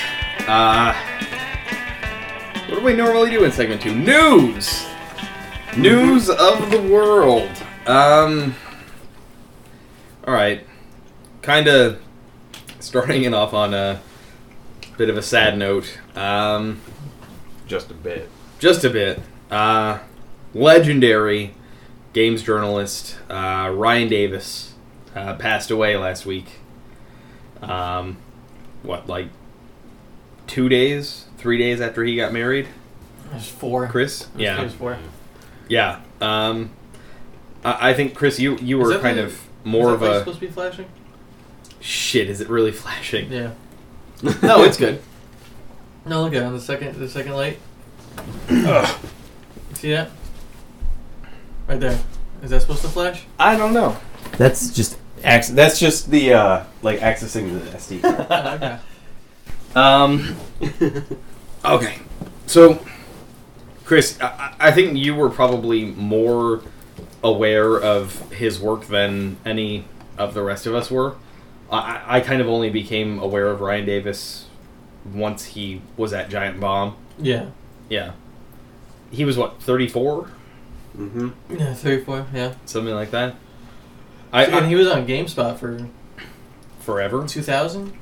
Uh, what do we normally do in segment two? News, news
Mm-hmm.
of the world. Um, all right, kind of starting it off on a bit of a sad note. Um,
Just a bit.
just a bit. Uh, legendary games journalist uh, Ryan Davis uh, passed away last week. Um, what like two days, three days after he got married,
There's four.
Chris?
There's-
Yeah,
There's four.
yeah. Um, I, I think Chris, you you
Is
were
that
kind
the-
of more
Is
of
that light
a
supposed to be flashing?
shit. Is it really flashing?
Yeah.
No, it's good.
No, look at it on the second the second light. See that? Right there. Is that supposed to flash?
I don't know.
That's just
Acc- that's just the uh, like accessing the SD card.
Oh, okay.
Um, okay, so Chris, I, I I think you were probably more aware of his work than any of the rest of us were. I, I- I kind of only became aware of Ryan Davis once he was at Giant Bomb.
Yeah.
Yeah, he was what thirty four,
mm-hmm.
Yeah, three, four, yeah.
something like that. I,
and
I
he was on GameSpot for
forever.
2000?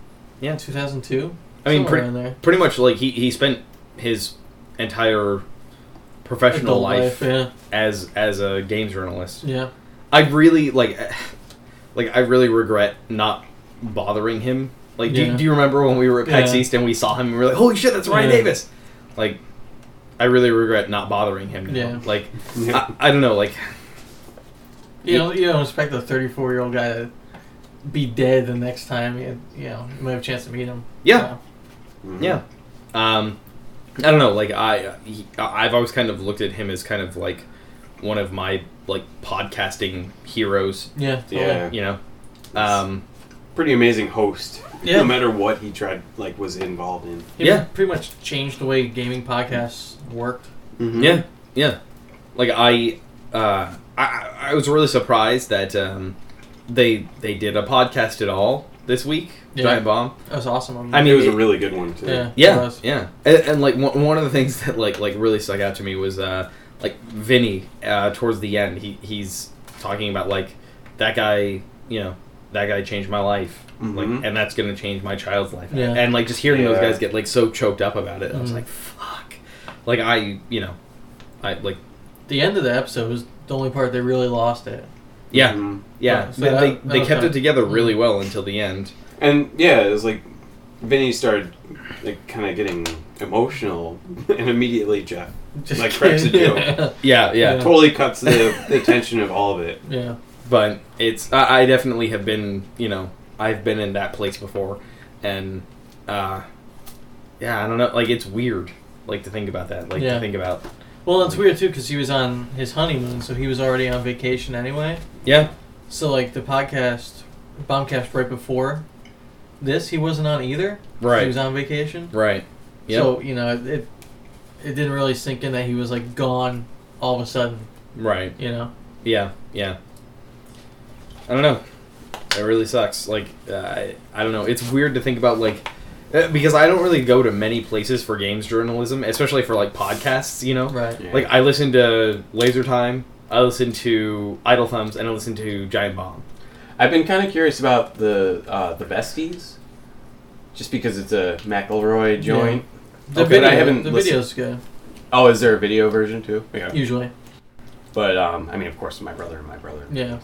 Yeah.
2002?
I mean,
Somewhere
pretty,
around there.
pretty much like he, he spent his entire professional
Adult
life,
Yeah,
as as a game journalist.
yeah.
I really like like I really regret not bothering him. Like do,
Yeah.
do you remember when we were at PAX
Yeah.
East and we saw him and we were like, "Holy shit, that's Ryan
Yeah.
Davis." Like I really regret not bothering him now.
Yeah.
Like
Yeah.
I, I don't know, like
You know, you don't expect a 34 year old guy to be dead the next time you, you know you might have a chance to meet him.
yeah.
Mhm.
Yeah. Um, I don't know. Like I, uh, he, I've always kind of looked at him as kind of like one of my like podcasting heroes.
Yeah. totally.
Yeah.
You know. Um,
Pretty amazing host.
Yeah.
No matter what he tried, like was involved in.
He
Yeah.
pretty much changed the way gaming podcasts worked. Hmm?
Mm-hmm.
yeah, yeah. Like I, uh, I, I was really surprised that um, they they did a podcast at all this week.
Yeah.
Giant bomb.
That was awesome. I mean,
I mean,
it was a
it-
really good one too.
yeah. it
Yeah,
was.
yeah, and, and like one, one of the things that like like really stuck out to me was uh like Vinny uh, towards the end he he's talking about like that guy you know that guy changed my life like
Mhm.
and that's gonna change my child's life
Mm-hmm. Yeah.
and like just hearing those
Yeah.
guys get like so choked up about it I was
Mhm.
like fuck like I you know I like
The end of the episode was the only part they really lost it.
yeah
Mhm.
yeah
Oh, So
they
that-
they,
that
they
was
kept
kinda-
it together really well until the end
And yeah, it was like Vinny started like kind of getting emotional, and immediately Jeff
Just
Like cracks a
kidding.
joke.
yeah yeah
Yeah.
totally cuts the, the tension of all of it.
yeah.
but it's I, I definitely have been you know I've been in that place before, and uh, yeah, I don't know. Like it's weird, like to think about that, like
Yeah.
to think about
Well, it's weird too because he was on his honeymoon, so he was already on vacation anyway.
yeah,
So like the podcast, bombcast right before this, he wasn't on either. He was
right,
on vacation.
right, yeah,
So you know it, it it didn't really sink in that he was like gone all of a sudden.
right,
You know.
yeah, yeah. I don't know. It really sucks. Like uh, I, I don't know. It's weird to think about like. uh, Because I don't really go to many places for games journalism, especially for like podcasts, you know.
Right.
Yeah.
Like I listen to Laser Time, I listen to Idle Thumbs, and I listen to Giant Bomb.
I've been kind of curious about the uh, the besties, just because it's a McElroy joint.
The
Okay, but I
video-
haven't
The
listened-
video's good
Oh, is there a video version too? Yeah.
usually.
But um, I mean, of course, my brother and my brother.
Yeah.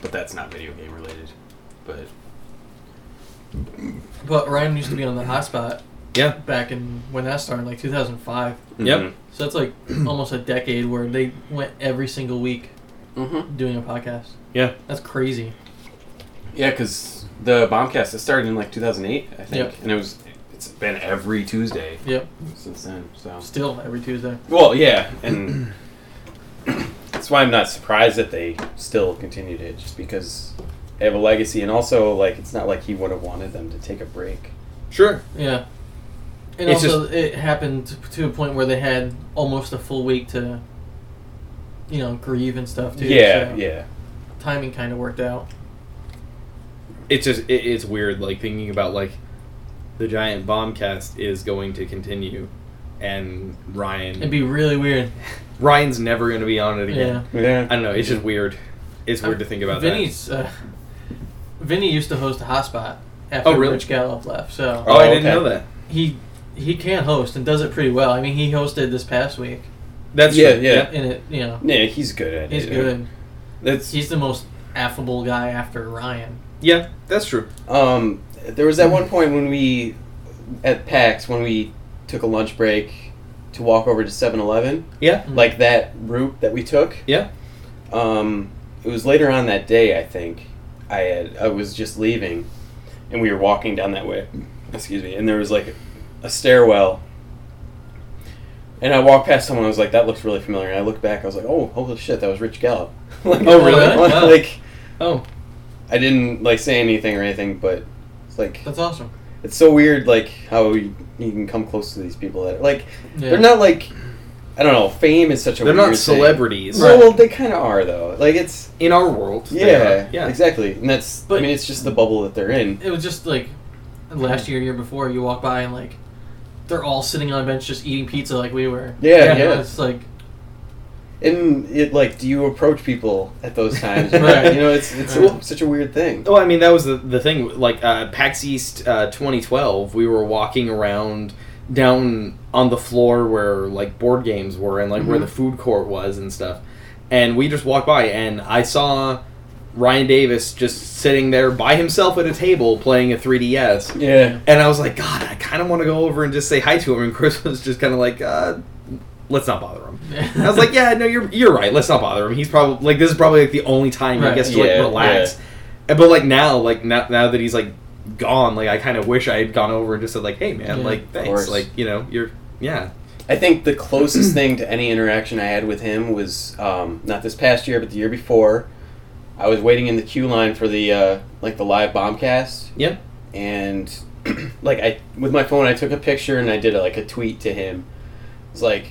But that's not video game related. But
But Ryan used to be on the hotspot.
Yeah.
Back in when that started, like 2005.
Yep.
mm-hmm.
So that's like almost a decade where they went every single week
Mm-hmm.
doing a podcast.
Yeah.
That's crazy.
Yeah, because the Bombcast it started in like 2008, I think,
Yep.
and it was it's been every Tuesday
Yep.
since then. So
Still every Tuesday.
well, yeah, and that's why I'm not surprised that they still continued it, just because they have a legacy, and also like it's not like he would have wanted them to take a break.
Sure.
Yeah. And
It's
also, it happened to a point where they had almost a full week to, you know, grieve and stuff too.
yeah,
so
yeah,
Timing kind of worked out.
It's just it, it's weird, like thinking about like the giant bomb cast is going to continue, and Ryan
It'd be really weird.
Ryan's never going to be on it
Yeah.
again.
yeah.
I don't know. It's just weird. It's weird to think about
Vinny's. Uh, Vinny used to host a hotspot after
Oh, really?
Rich Gallup left. So
that. Oh, I didn't
okay.
know that.
he he can host and does it pretty well. I mean, he hosted this past week,
That's
Yeah,
true.
yeah.
and it you know
Yeah, he's good at
he's
it.
good.
That's
He's the most affable guy after Ryan.
Yeah, that's true.
Um, there was that one point when we, at PAX, when we took a lunch break to walk over to 7 Eleven,
Yeah,
Mhm.
like that route that we took.
yeah.
Um, it was later on that day, I think. I had I was just leaving, and we were walking down that way. Excuse me. And there was like a stairwell, and I walked past someone. I was like, "That looks really familiar." And I looked back. I was like, "Oh, holy shit, that was Rich Gallup." like,
Oh, really?
Like,
Wow.
like,
Oh,
I didn't like say anything or anything, but it's like
That's awesome.
it's so weird, like how you, you can come close to these people that like
Yeah.
they're not like I don't know. Fame is such a
they're
weird
not
thing.
celebrities
No, well, they kind of are though. Like it's
in our world. they
yeah,
are. yeah.
exactly. And that's I
But-
mean, it's just the bubble that they're in.
It was just like last year, year before, you walk by and like they're all sitting on a bench just eating pizza like we were.
Yeah, yeah.
It's like
And it like, do you approach people at those times?
Right.
You know, it's it's
Right.
such a weird thing.
Well, I mean, that was the, the thing. Like, uh, PAX East uh, 2012, we were walking around down on the floor where, like, board games were and, like, where the food court was and stuff. And we just walked by, and I saw Ryan Davis just sitting there by himself at a table playing a 3DS.
Yeah.
And I was like, God, I kind of want to go over and just say hi to him. And Chris was just kind of like, uh, let's not bother him. And I was like, yeah, no, you're you're right. Let's not bother him. He's probably like this is probably like the only time
Right.
he gets to like
Yeah,
relax. And- But like now, like now, now that he's like gone, like I kind of wish I had gone over and just said like, hey man,
Yeah.
like thanks,
course.
like you know, you're yeah,
I think the closest thing to any interaction I had with him was um, not this past year, but the year before. I was waiting in the queue line for the uh, like the live bombcast,
yeah,
and like I with my phone I took a picture and I did like a tweet to him. It's like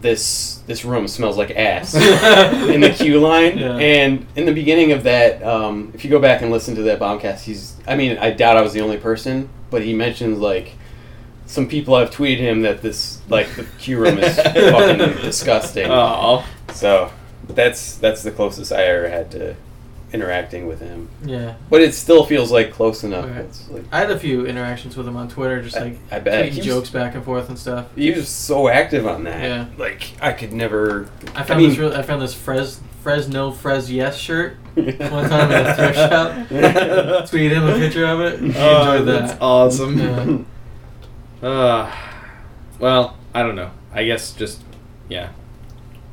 this this room smells like ass in the queue line.
Yeah.
And in the beginning of that, um, if you go back and listen to that bombcast, he's I mean I doubt I was the only person, but he mentions like some people have tweeted him that this like the queue room is fucking disgusting.
oh
So that's that's the closest I ever had to interacting with him.
yeah.
But it still feels like close enough.
Okay.
It's like
I had a few interactions with him on Twitter, just
I-
like
I bet. He
tweeting
was-
jokes back and forth and stuff.
He was so active on that.
Yeah.
Like I could never.
I found
mean-
this really, I found this Fres Fresno Fres Yes shirt one time at a thrift shop. Tweeted him a picture of it. He
Oh,
enjoyed
Oh, that's
that.
awesome.
Yeah.
Uh, well, I don't know. I guess just yeah,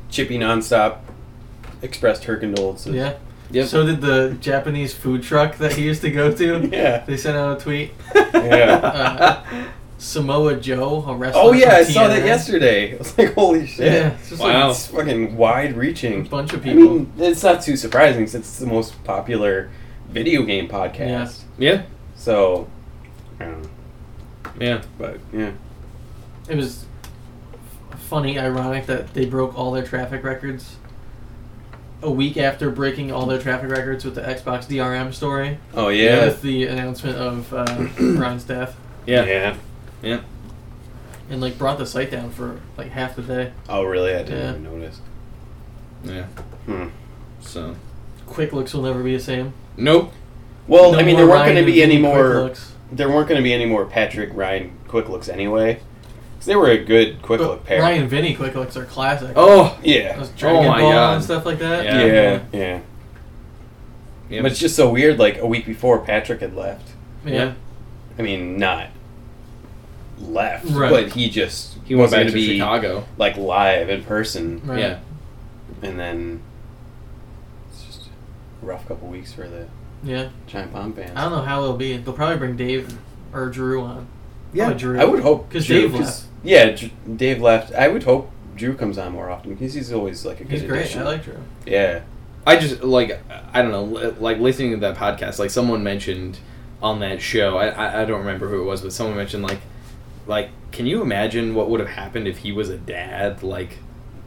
Chippy nonstop expressed her condolences.
yeah.
Yep.
So did the Japanese food truck that he used to go to.
Yeah.
They sent out a tweet.
Yeah.
Uh, Samoa Joe, a wrestler.
oh yeah,
from
I saw
TNA.
that yesterday. I was like, holy
Yeah.
shit.
It's just
Wow.
like
It's fucking wide
a
reaching.
bunch of
I
people.
mean, it's not too surprising since it's the most popular video game podcast.
Yeah.
yeah,
So, I don't know.
yeah.
but yeah.
it was funny, ironic that they broke all their traffic records a week after breaking all their traffic records with the Xbox DRM story.
Oh yeah.
With the announcement of uh, Ryan's death,
Yeah.
and like brought the site down for like half the day.
Oh really? I didn't
Yeah.
even notice.
yeah.
Hmm.
So
Quick looks will never be the same.
nope.
Well,
No
I mean,
more
there weren't
Ryan
going to be
and
any
Vinny
more.
Quick looks.
there weren't going to be any more Patrick Ryan quick looks anyway. 'Cause they were a good quick
But
look pair.
Ryan and Vinny quick looks are classic.
Oh
Yeah.
Those Dragon
my
Ball
God.
and stuff like that.
Yeah.
Yeah. yeah. But it's just so weird. Like a week before Patrick had left.
Yeah.
I mean, not left,
Right.
but he just
he went
wasn't
back
gonna
to
be
Chicago.
like live in person,
Right.
Yeah.
and then it's just a rough couple weeks for the
Yeah.
Giant Bomb fans.
I don't know how it'll be. They'll probably bring Dave or Drew on. Probably Drew.
I would hope
'Cause
Drew-
Dave
'cause- Yeah, Dr- Dave left. I would hope Drew comes on more often because he's always like a good
He's great.
addition.
I like Drew.
yeah.
I just like I don't know, li- like listening to that podcast. Like someone mentioned on that show, I I, I don't remember who it was, but someone mentioned like like can you imagine what would have happened if he was a dad? Like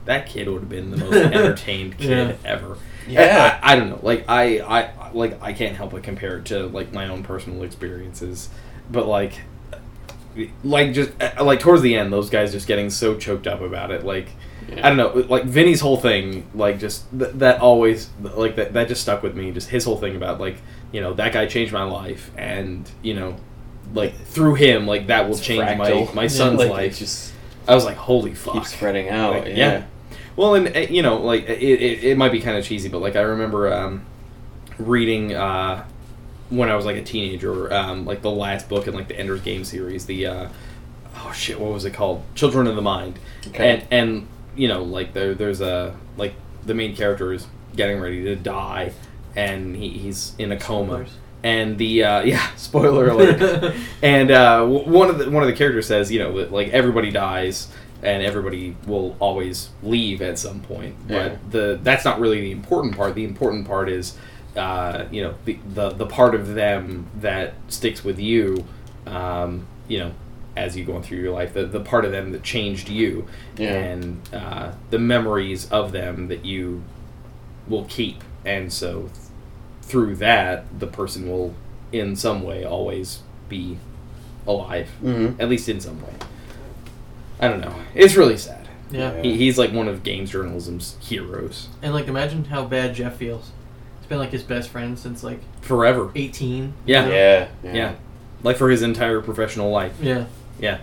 that kid would have been the most entertained kid
Yeah.
ever.
Yeah.
I, I don't know. Like I, I like I can't help but compare it to like my own personal experiences, but like like just uh, like towards the end those guys just getting so choked up about it like i don't know like vinny's whole thing like just th- that always like that, that just stuck with me just his whole thing about like you know that guy changed my life and you know like through him like that will
It's
change
fractal.
my my
Yeah,
son's
like,
life
it just
i was like holy fuck
keeps spreading out.
Like,
yeah.
yeah. Well, and uh, you know, like it, it, it might be kind of cheesy, but like I remember um, reading uh, when I was like a teenager, um, like the last book in like the Ender's Game series, the uh, oh shit, what was it called? Children of the Mind,
Okay.
and and you know like there there's a like the main character is getting ready to die, and he, he's in a coma,
Spoilers.
and the uh, yeah spoiler alert, and uh, w- one of the one of the characters says you know that, like everybody dies. And everybody will always leave at some point,
Yeah.
but the that's not really the important part. The important part is uh, you know the, the the part of them that sticks with you um, you know as you go through your life the, the part of them that changed you
Yeah.
and uh, the memories of them that you will keep and so th- through that the person will in some way always be alive
Mm-hmm.
Mhm.
at least in some way i don't know it's really sad
Yeah.
he, he's like one of games journalism's heroes
And like, imagine how bad Jeff feels. It's been like his best friend since like
forever
18.
Yeah.
Yeah.
yeah like for his entire professional life
Yeah.
Yeah.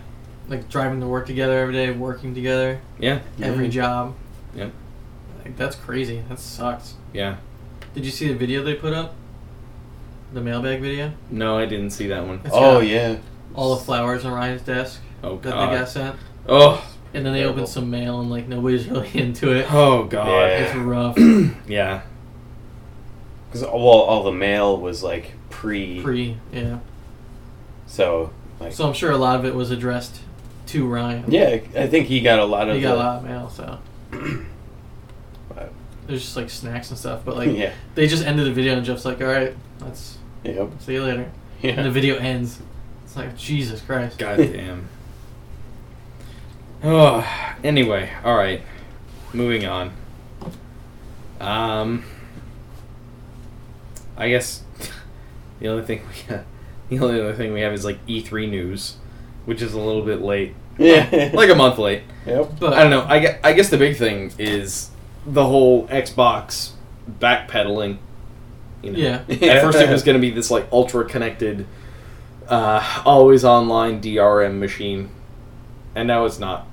Like driving to work together every day, working together,
yeah
every
Mm-hmm.
job.
Yep.
Like that's crazy. That sucks.
yeah
Did you see the video they put up? The mailbag video.
No, I didn't see that one.
It's
Oh
got
yeah.
All the flowers on Ryan's desk
Oh
that
god.
they got sent,
Oh,
and then they
Terrible.
opened some mail, and like nobody's really into it.
oh god.
It's rough.
Yeah.
Because all, well, all the mail was like pre,
Pre. Yeah.
so like
So I'm sure a lot of it was addressed to Ryan.
yeah, I think he got a lot of
He got a
the-
lot of mail, so. There's just like snacks and stuff, but like
yeah,
they just ended the video and Jeff's like, "All right, let's
yeah,
see you later." And the
yeah.
video ends. It's like Jesus Christ.
God damn. Oh, anyway, all right. Moving on. Um I guess the only thing we got, the only other thing we have is like E3 news, which is a little bit late.
yeah.
Like a month late.
yep.
But
I don't know. I, gue- I guess the big thing is the whole Xbox backpedaling. You know.
Yeah.
At first, it was going to be this like ultra connected, uh, always online DRM machine, and now it's not.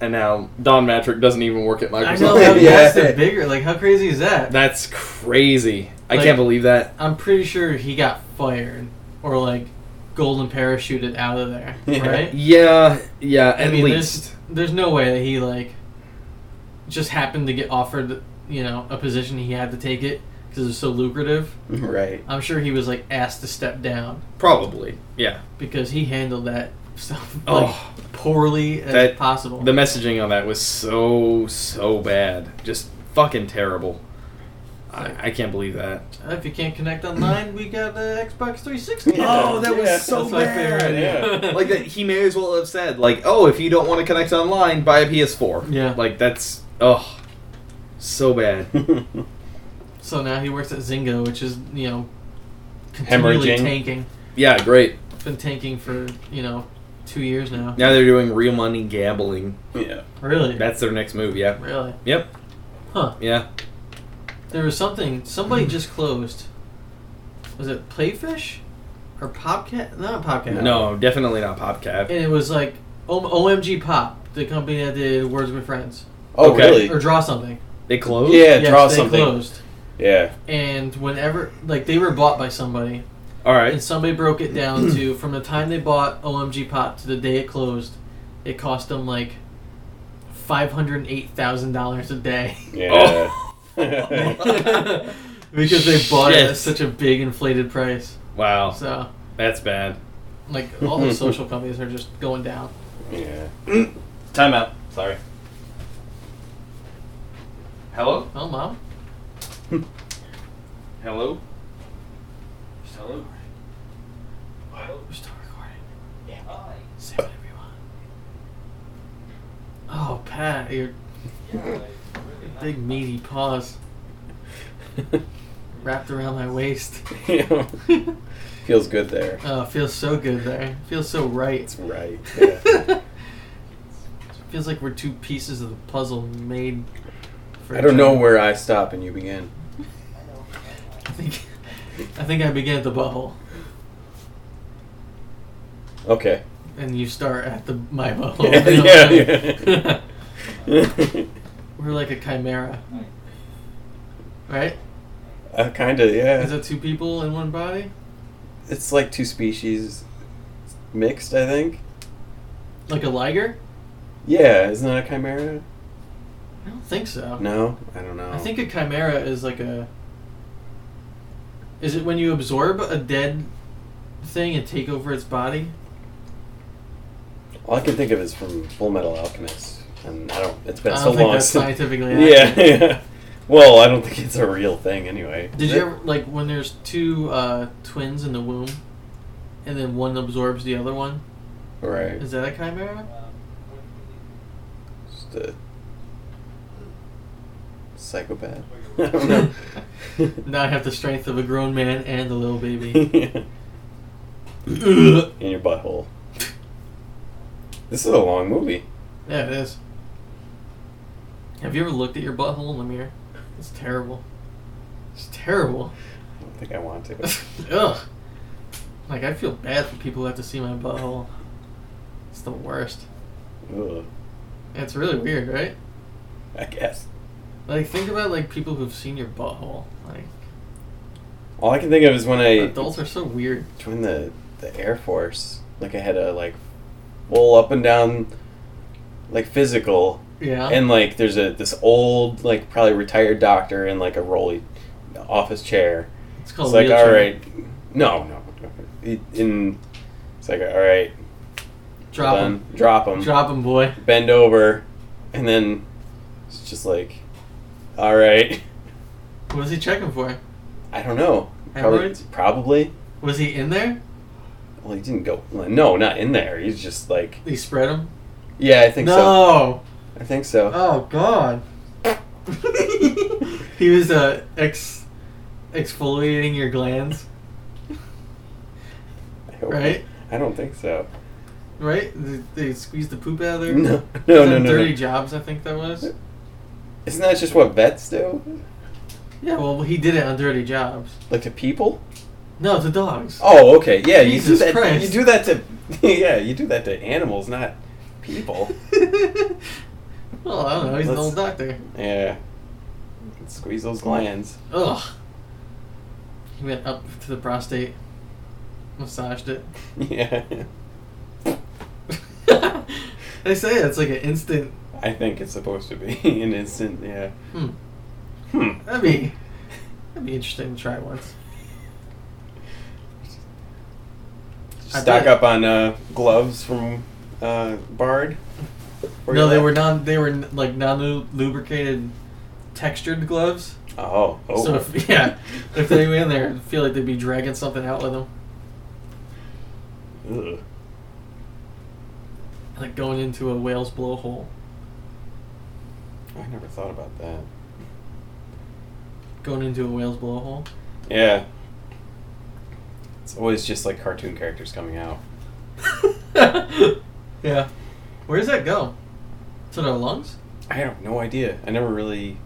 And now Don Matrick doesn't even work at
I
Microsoft.
know that,
Yeah.
that's the bigger. Like, how crazy is that?
That's crazy. I
Like-
can't believe that.
I'm pretty sure he got fired or like golden parachuted out of there,
Yeah.
right?
Yeah, yeah. At
mean,
least
There's no way that he like just happened to get offered, you know, a position he had to take it because it was so lucrative.
right.
I'm sure he was like asked to step down
probably. Yeah.
because he handled that stuff like
Oh.
poorly as
That-
possible.
The messaging on that was so so bad, just fucking terrible. I, I can't believe that.
Uh, if you can't connect online, we got the Xbox 360.
Oh, that was
Yeah.
so
That's my
bad.
favorite
Yeah.
idea.
Like that, he may as well have said, like, "Oh, if you don't want to connect online, buy a PS4."
Yeah.
Like that's oh, so bad.
So now he works at Zynga, which is you know continually
Hemorrhaging.
tanking.
Yeah, great.
It's been tanking for you know two years now.
Now they're doing real money gambling.
yeah.
Really,
That's their next move. Yeah.
really.
Yep.
Huh.
Yeah.
There was something. Somebody
Mm-hmm.
just closed. Was it Playfish or Popcat? Not Popcat.
No, definitely not PopCap.
And it was like o- OMG Pop, the company that did Words with Friends
Oh
Okay.
really?
or Draw Something.
They closed.
Yeah.
Yes,
draw
they
something.
closed.
Yeah.
And whenever, like, they were bought by somebody,
All
And
right.
somebody broke it down to from the time they bought OMG Pop to the day it closed, it cost them like five hundred eight thousand dollars a day
Yeah.
because they bought it
Shit.
at such a big inflated price.
Wow,
So
that's bad.
like all the social companies are just going down.
yeah.
Time out. Sorry. Hello.
Oh, mom.
Hello.
Hello. We're still recording. Say whatever you want. Oh, Pat, your big meaty paws wrapped around my waist.
yeah. Feels good there.
Oh, it feels so good there. It feels so right.
It's right. Yeah.
feels like we're two pieces of the puzzle made. For
I don't
each
know
other.
where I stop and you begin.
I think, I think I begin at the butthole,
Okay.
and you start at the my butthole.
Yeah,
You know
yeah,
what I mean?
yeah.
we're like a chimera, right?
Uh, kind of, yeah.
Is it two people in one body?
It's like two species mixed, I think.
Like a liger?
Yeah, isn't that a chimera?
I don't think so.
No, I don't know.
I think a chimera is like a. Is it when you absorb a dead thing and take over its body?
all I can think of is from Full Metal Alchemist, and I don't. It's been
I don't
so
think
long
that's
since.
scientifically
yeah,
accurate.
yeah. Well, I don't think it's a real thing anyway.
Did you ever like when there's two uh, twins in the womb, and then one absorbs the other one?
Right.
Is that a chimera?
Just a psychopath. I don't know.
Now I have the strength of a grown man and a little baby.
In
yeah,
your butthole. This is a long movie.
it is. Have you ever looked at your butthole in the mirror? It's terrible. It's terrible.
I don't think I want to.
Ugh. Like I feel bad for people who have to see my butthole. It's the worst.
Ugh,
It's really weird, right?
I guess.
Like think about like people who've seen your butthole. Like
All I can think of is when I
adults are so weird.
joined the the Air Force. Like I had a like full up and down, like physical,
Yeah.
and like there's a this old like probably retired doctor in like a rolly office chair.
it's
It's
called
like, all
wheelchair.
right, no, no, no. He- In it's like, all right,
Drop
done.
him.
drop him,
Drop him, boy.
bend over, and then it's just like, all right,
What was he checking for?
I don't know, probably,
Hemorrhoids?
probably.
Was he in there?
Well, he didn't go. No, not in there. He's just like,
Did he spread him?
yeah, I think so.
No.
I think so.
Oh God. he was uh, ex exfoliating your glands,
I hope-
right?
I don't think so.
Right? They, they squeezed the poop out of there.
No, no, no, no,
Some
no.
Dirty jobs, I think that was.
Isn't that just what vets do?
Yeah, well, he did it on dirty jobs.
Like to people?
No, to dogs.
Oh, okay. Yeah, you do
Jesus
that.
Christ.
You do that to. yeah, you do that to animals, not people.
well, I don't know. He's an
Let's-
old doctor.
yeah. Squeeze those glands.
Ugh. He went up to the prostate, massaged it.
Yeah.
they say it's like an instant.
I think it's supposed to be an instant. Yeah.
Hmm.
Hmm.
That'd be that'd be interesting to try once. I
Stock
bet.
up on uh, gloves from uh, Bard. Where
no,
you
they
at?
were non. They were like non-lubricated, textured gloves.
Oh. Oh.
So if, yeah, if they went in there, I feel like they'd be dragging something out with them,
Ugh.
like going into a whale's blowhole.
I never thought about that.
Going into a whale's blowhole.
Yeah. It's always just like cartoon characters coming out.
yeah. Where does that go? To their lungs?
I have no idea. I never really.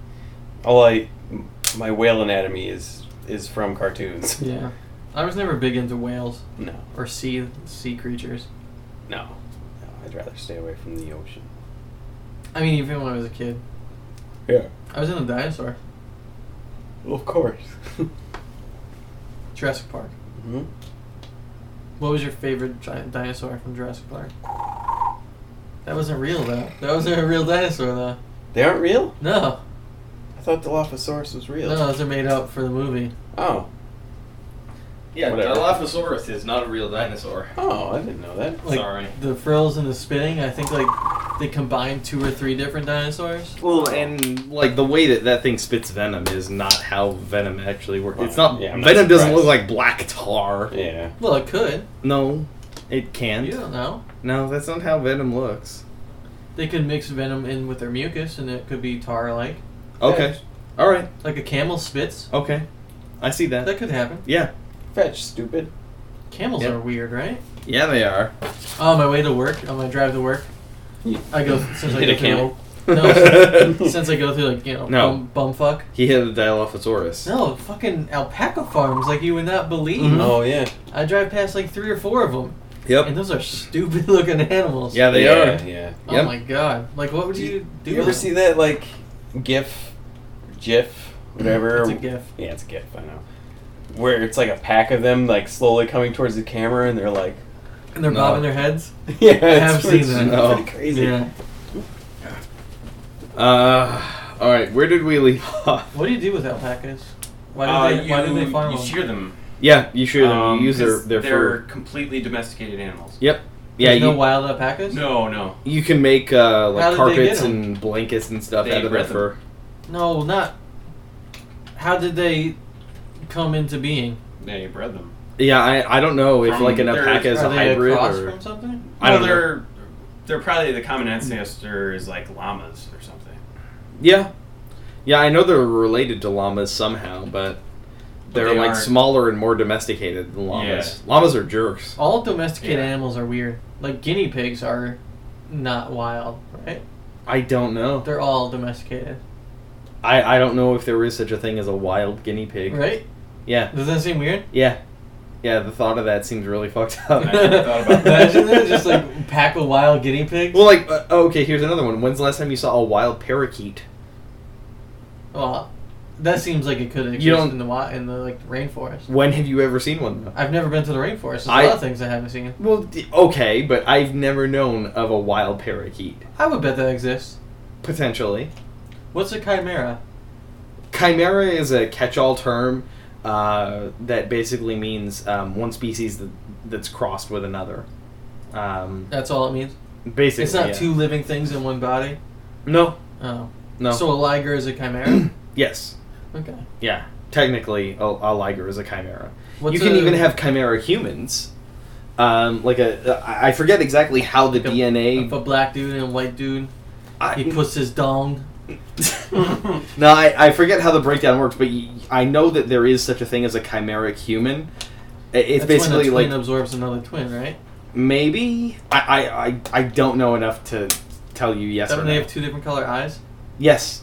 All I, m- my whale anatomy is is from cartoons.
Yeah. I was never big into whales
No,
or sea sea creatures.
no, no. I'd rather stay away from the ocean.
I mean, even when I was a kid,
Yeah.
I was in a dinosaur.
Of course.
Jurassic Park.
hmm
What was your favorite giant dinosaur from Jurassic Park? That wasn't real though. That wasn't a real dinosaur though.
They aren't real.
No,
I thought Dilophosaurus was real.
no, those are made up for the movie.
Oh,
Yeah,
Whatever.
Dilophosaurus is not a real dinosaur.
oh, I didn't know that.
Like
Sorry.
the frills and the spinning. I think like they combined two or three different dinosaurs.
Well, and like the way that that thing spits venom is not how venom actually works. It's
Well,
not
yeah, I'm not
venom doesn't look
surprised.
like black tar.
Yeah.
Well, it could.
No, it can.
You don't know.
No, that's not how venom looks.
They could mix venom in with their mucus, and it could be tar-like,
Okay. All right.
like a camel spits.
Okay. I see that.
That could happen.
yeah.
Fetch, stupid.
Camels
Yep.
are weird, right?
Yeah, they are.
On Oh, my way to work, on my drive to work, I go since I
Hit
go
a camel.
Through, no, since, since I go through like you know
No.
bum, bum fuck.
He hit a Dilophosaurus.
No, fucking alpaca farms, like you would not believe.
Mm-hmm.
Oh yeah.
I drive past like three or four of them, and
Yep.
those are stupid looking animals.
Yeah, they
yeah,
are.
Yeah.
Oh
yep.
my god! Like, what would you do?
you ever
with
see that like GIF, GIF,
whatever.
It's a gif.
Yeah, it's a gif. I know. Where it's like a pack of them, like slowly coming towards the camera, and they're like,
And they're
No.
bobbing their heads.
"Yeah,
have
it's,
seen
it's
that.
pretty
No.
crazy."
Yeah.
Uh, all right, where did we leave off?
What do you do with alpacas? Why do
Uh,
they? why do
you-
they farm
You
them?
shear them.
Yeah, you should
Um,
use their
'cause
their
they're
fur.
completely domesticated animals.
Yep. Yeah,
There's
you,
no wild alpacas.
No, no.
you can make uh,
How
like
did they get
carpets
'em?
and blankets and stuff
They
out of their
bred them.
fur.
No, not. How did they come into being?
They bred them.
Yeah, I, I don't know if
From
like an
their-
alpaca is
Are
a
they
hybrid
across
or
from something?
I
well,
don't know.
they're they're probably the common ancestor is like llamas or something.
yeah, yeah. I know they're related to llamas somehow, but they're
they
like
aren't.
smaller and more domesticated than llamas. Llamas are jerks.
All domesticated
Yeah.
animals are weird. Like guinea pigs are not wild, right?
I don't know.
They're all domesticated,
I, I don't know if there is such a thing as a wild guinea pig.
right?
Yeah,
Does that seem weird?
yeah, yeah. The thought of that seems really fucked up.
I never thought about that.
Imagine that, just like pack of wild guinea pigs.
Well, like, uh, oh, okay, here's another one. When's the last time you saw a wild parakeet?
Well, that seems like it could exist
don't-
in the wa- in the like rainforest.
When have you ever seen one, though?
I've never been to the rainforest. There's a
I-
lot of things I haven't seen.
Well, d- okay, but I've never known of a wild parakeet.
I would bet that exists.
Potentially.
What's a chimera?
Chimera is a catch all term uh, that basically means um, one species that, that's crossed with another. Um,
That's all it means.
basically.
It's not
yeah.
two living things in one body.
No,
Oh,
no.
So a liger is a chimera.
yes,
okay.
yeah. Technically, a, a liger is a chimera.
What's
you can
a-
even have chimera humans. Um, like a, I I forget exactly how the
Like a-
DNA.
if a black dude and a white dude.
I-
He puts his dong.
no, I, I forget how the breakdown works, but y- I know that there is such a thing as a chimeric human. I- It's
That's when
basically
a twin
like
absorbs another twin, right?
maybe I, I, I, I don't know enough to tell you yes
Don't
or
they
no.
have two different color eyes?
Yes,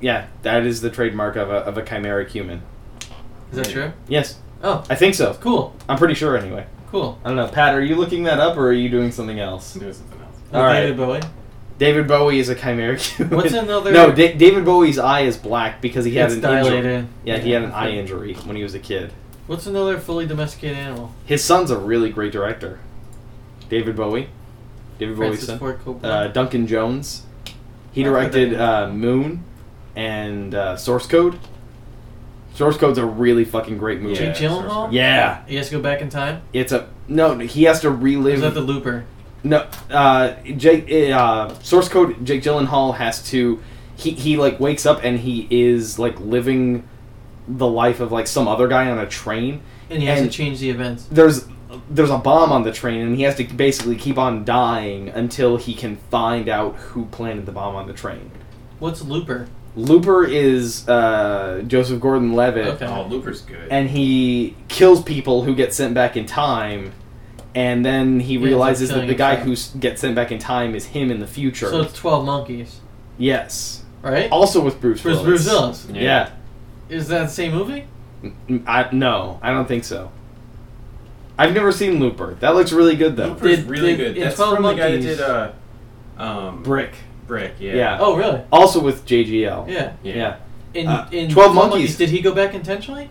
yeah, that is the trademark of a of a chimeric human.
Is that true?
Yes,
Oh,
I think so.
cool,
I'm pretty sure anyway.
cool.
I don't know, Pat. Are you looking that up or are you doing something else?
Do something else.
All right.
David Bowie.
David Bowie is a chimeric human.
What's another-
No, da- David Bowie's eye is black because he had
It's
an injury.
dilated.
Yeah, he had an eye injury when he was a kid.
What's another fully domesticated animal?
His son's a really great director. David Bowie. David Bowie's
Francis
son.
Ford
Uh,
Coppola.
Duncan Jones. He
I've heard
directed
that
uh, Moon and uh, Source Code. Source Code's a really fucking great movie.
Jake
Yeah,
Gyllenhaal.
Yeah.
He has to go back in time.
It's a no. He has to
Or
relive.
Is that the Looper?
No, uh, Jake. Uh, source code. Jake Gyllenhaal has to. He he like wakes up and he is like living the life of like some other guy on a train.
And he has
And-
to change the events.
There's there's a bomb on the train and he has to basically keep on dying until he can find out who planted the bomb on the train.
What's Looper?
Looper is uh, Joseph Gordon-Levitt
Okay.
Oh, Looper's good.
and he kills people who get sent back in time. And then he
ends up
realizes that
killing
the guy who
himself.
s- gets sent back in time is him in the future.
So it's Twelve Monkeys,
Yes.
right?
Also with Bruce
Bruce,
Willis.
Bruce Willis.
Yeah.
Is that the same movie?
N- I, no, I don't think so. I've never seen Looper. That looks really good though.
Looper's
Did-
really
did-
good.
in
That's
12
from the guy that
Monkeys-
did uh, um,
Brick.
Brick. Yeah.
Yeah.
Oh, really?
Also with JGL.
Yeah.
Yeah.
In,
Uh,
in
12 Monkeys.
Did he go back intentionally?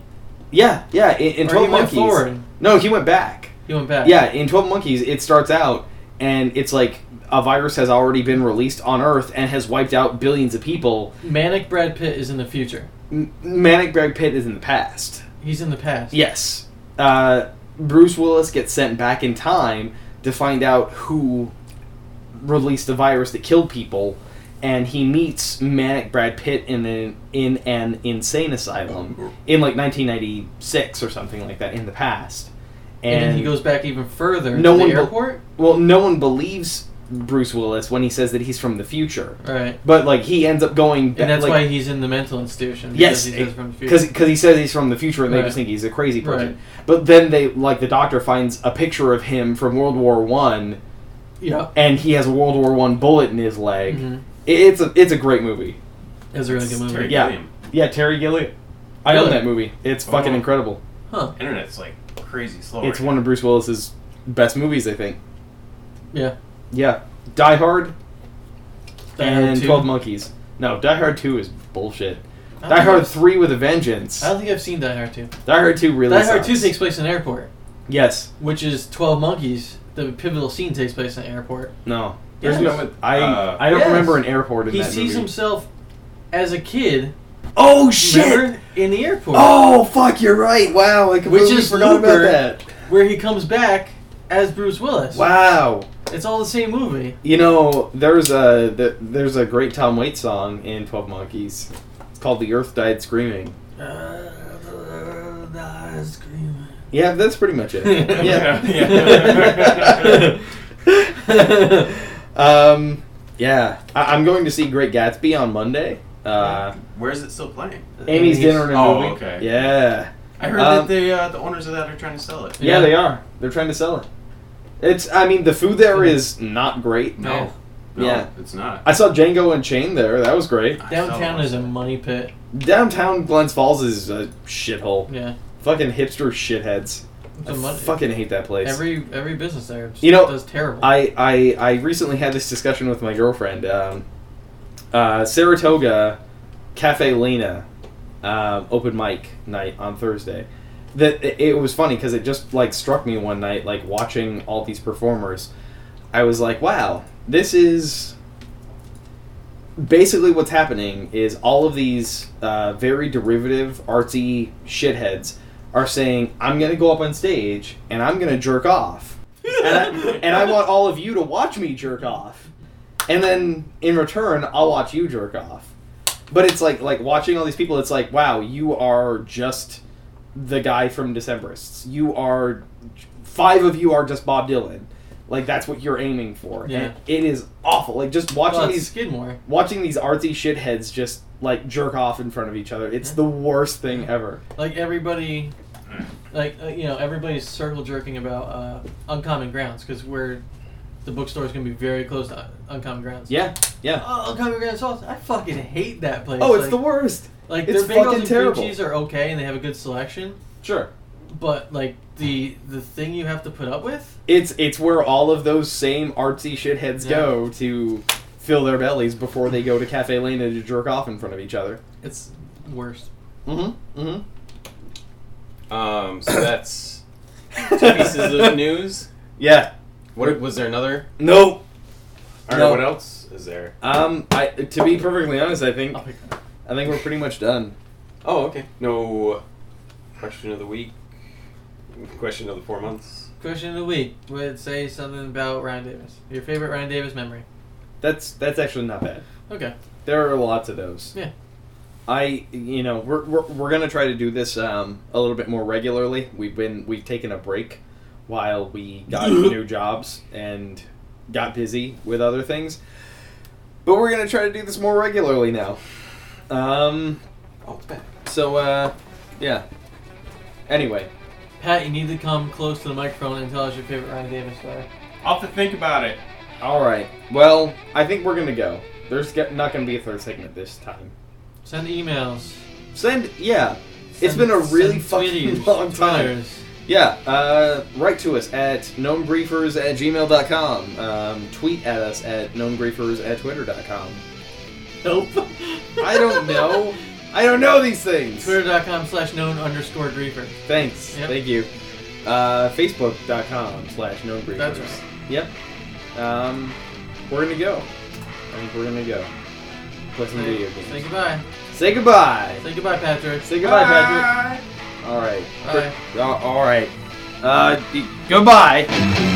Yeah. Yeah. In, in
Or
Twelve
he went
Monkeys.
forward?
No, he went back.
He went back.
Yeah. In Twelve Monkeys, it starts out and it's like a virus has already been released on Earth and has wiped out billions of people.
Manic Brad Pitt is in the future.
M- Manic Brad Pitt is in the past.
He's in the past.
Yes. Uh, Bruce Willis gets sent back in time to find out who released the virus that killed people, and he meets manic Brad Pitt in an in an insane asylum in like 1996 or something like that in the past.
And, then he goes back even further
No
to
one
the
be-
airport.
Well, no one believes Bruce Willis when he says that he's from the future,
All right.
but like he ends up going. ba-
And that's
like,
why he's in the mental institution.
Yes,
because he says from the future.
because he says he's from the future and they
Right.
just think he's a crazy person.
Right.
But then they like the doctor finds a picture of him from World War One,
yeah,
and he has a World War One bullet in his leg.
Mhm.
I- It's a it's a great movie.
it's a really good
It's
movie.
Terry
Yeah.
Gilliam.
Yeah, Terry Gilliam. I own
Really?
that movie. It's fucking
Oh.
incredible.
Huh?
Internet's like crazy slow.
Oh,
It's
right
one of Bruce Willis's best movies, I think.
Yeah.
Yeah, Die Hard
Die Hard
and
2.
Twelve Monkeys. No, Die Hard Two is bullshit.
I don't
Die
think
Hard
I've-
Three with a Vengeance.
I don't think I've seen Die Hard 2.
Die Hard Two really.
Die Hard 2
sucks.
takes place in an airport,
Yes.
which is 12 Monkeys. The pivotal scene takes place in an airport.
No.
Yes.
There's no. I
Uh,
I don't
Yes.
remember an airport in
He
that
sees
movie.
himself as a kid,
oh shit!
remember, in the airport,
Oh fuck! You're right. Wow. I completely
is
forgot
Looper.
about
where he comes back as Bruce Willis.
that. Wow.
It's all the same movie.
You know, there's a th- there's a great Tom Waits song in Twelve Monkeys. It's called "The Earth Died Screaming." Yeah, that's pretty much it. yeah.
Yeah.
um, yeah. I- I'm going to see Great Gatsby on Monday. Uh,
Where is it still playing?
Amy's dinner and a
Oh,
movie.
okay.
Yeah.
I heard
Um,
that the uh, the owners of that are trying to sell it.
yeah,
Yeah.
they are. They're trying to sell it. It's. I mean, the food there is not great.
No, no,
Hmm. Yeah.
it's not.
I saw Django Unchained there. That was great.
I
Downtown
saw
is a
it.
money pit.
Downtown Glens Falls is a shithole.
Yeah.
Fucking hipster shitheads.
It's
I
a money.
fucking hate that place.
Every every business there, just
You know,
does terrible.
I, I I recently had this discussion with my girlfriend. Um, uh, Saratoga Cafe Lena um, open mic night on Thursday. That it, it was funny because it just like struck me one night, like watching all these performers. I was like, wow, this is basically what's happening is all of these uh, very derivative artsy shitheads are saying i'm gonna go up on stage and i'm gonna jerk off and I, and I want all of you to watch me jerk off and then in return i'll watch you jerk off but it's like like watching all these people it's like wow you are just the guy from decemberists you are five of you are just bob dylan like that's what you're aiming for
Yeah.
And it is awful like just watching
well, it's
these
Skidmore.
watching these artsy shitheads just like jerk off in front of each other. It's the worst thing ever.
Like everybody, like uh, you know, everybody's circle jerking about uh, Uncommon Grounds because we're the bookstore is going to be very close to Un- Uncommon Grounds.
Yeah, yeah.
Oh, Uncommon Grounds sauce! I fucking hate that place.
Oh, it's
like,
the worst.
Like
it's
their bagels
fucking
and
terrible.
cream cheese are okay and they have a good selection,
Sure.
but like the the thing you have to put up with.
It's it's where all of those same artsy shitheads
Yeah.
go to fill their bellies before they go to Cafe Lena to jerk off in front of each other.
It's worse.
Mm-hmm. Mm-hmm.
Um, so that's two pieces of news.
Yeah.
What was there another?
No.
All right,
No.
what else is there?
Um. I to be perfectly honest, I think
I'll pick that.
I think we're pretty much done.
Oh, okay. No question of the week. Question of the four months.
Question of the week would say something about Ryan Davis. Your favorite Ryan Davis memory.
That's that's actually not bad.
Okay.
There are lots of those.
Yeah.
I, you know, we're, we're, we're gonna try to do this um, a little bit more regularly. We've been we've taken a break while we got new jobs and got busy with other things, but we're gonna try to do this more regularly now. Um,
Oh, it's back.
so uh, yeah. Anyway,
Pat, you need to come close to the microphone and tell us your favorite Ryan Davis story.
I'll have to think about it.
all right. Well, I think we're gonna go. There's ge- not gonna be a third segment this time.
Send emails.
Send yeah. it's
Send-
been a really
send
fucking
tweeters,
long time.
twitters.
Yeah, uh, write to us at knownbriefers at gmail.com. Um, tweet at us at knownbriefers at twitter.com.
Nope.
I don't know. I don't know these things.
Twitter.com slash known underscore griefer.
Thanks.
Yep.
Thank you. Uh, Facebook.com slash knownbriefers.
That's right.
Yep. Um, we're going to go. I think we're going to go. Play some video games.
Say goodbye.
Say goodbye.
Say goodbye, Patrick.
Say goodbye, Patrick. All right.
Bye.
Uh, all right. Uh, y- goodbye.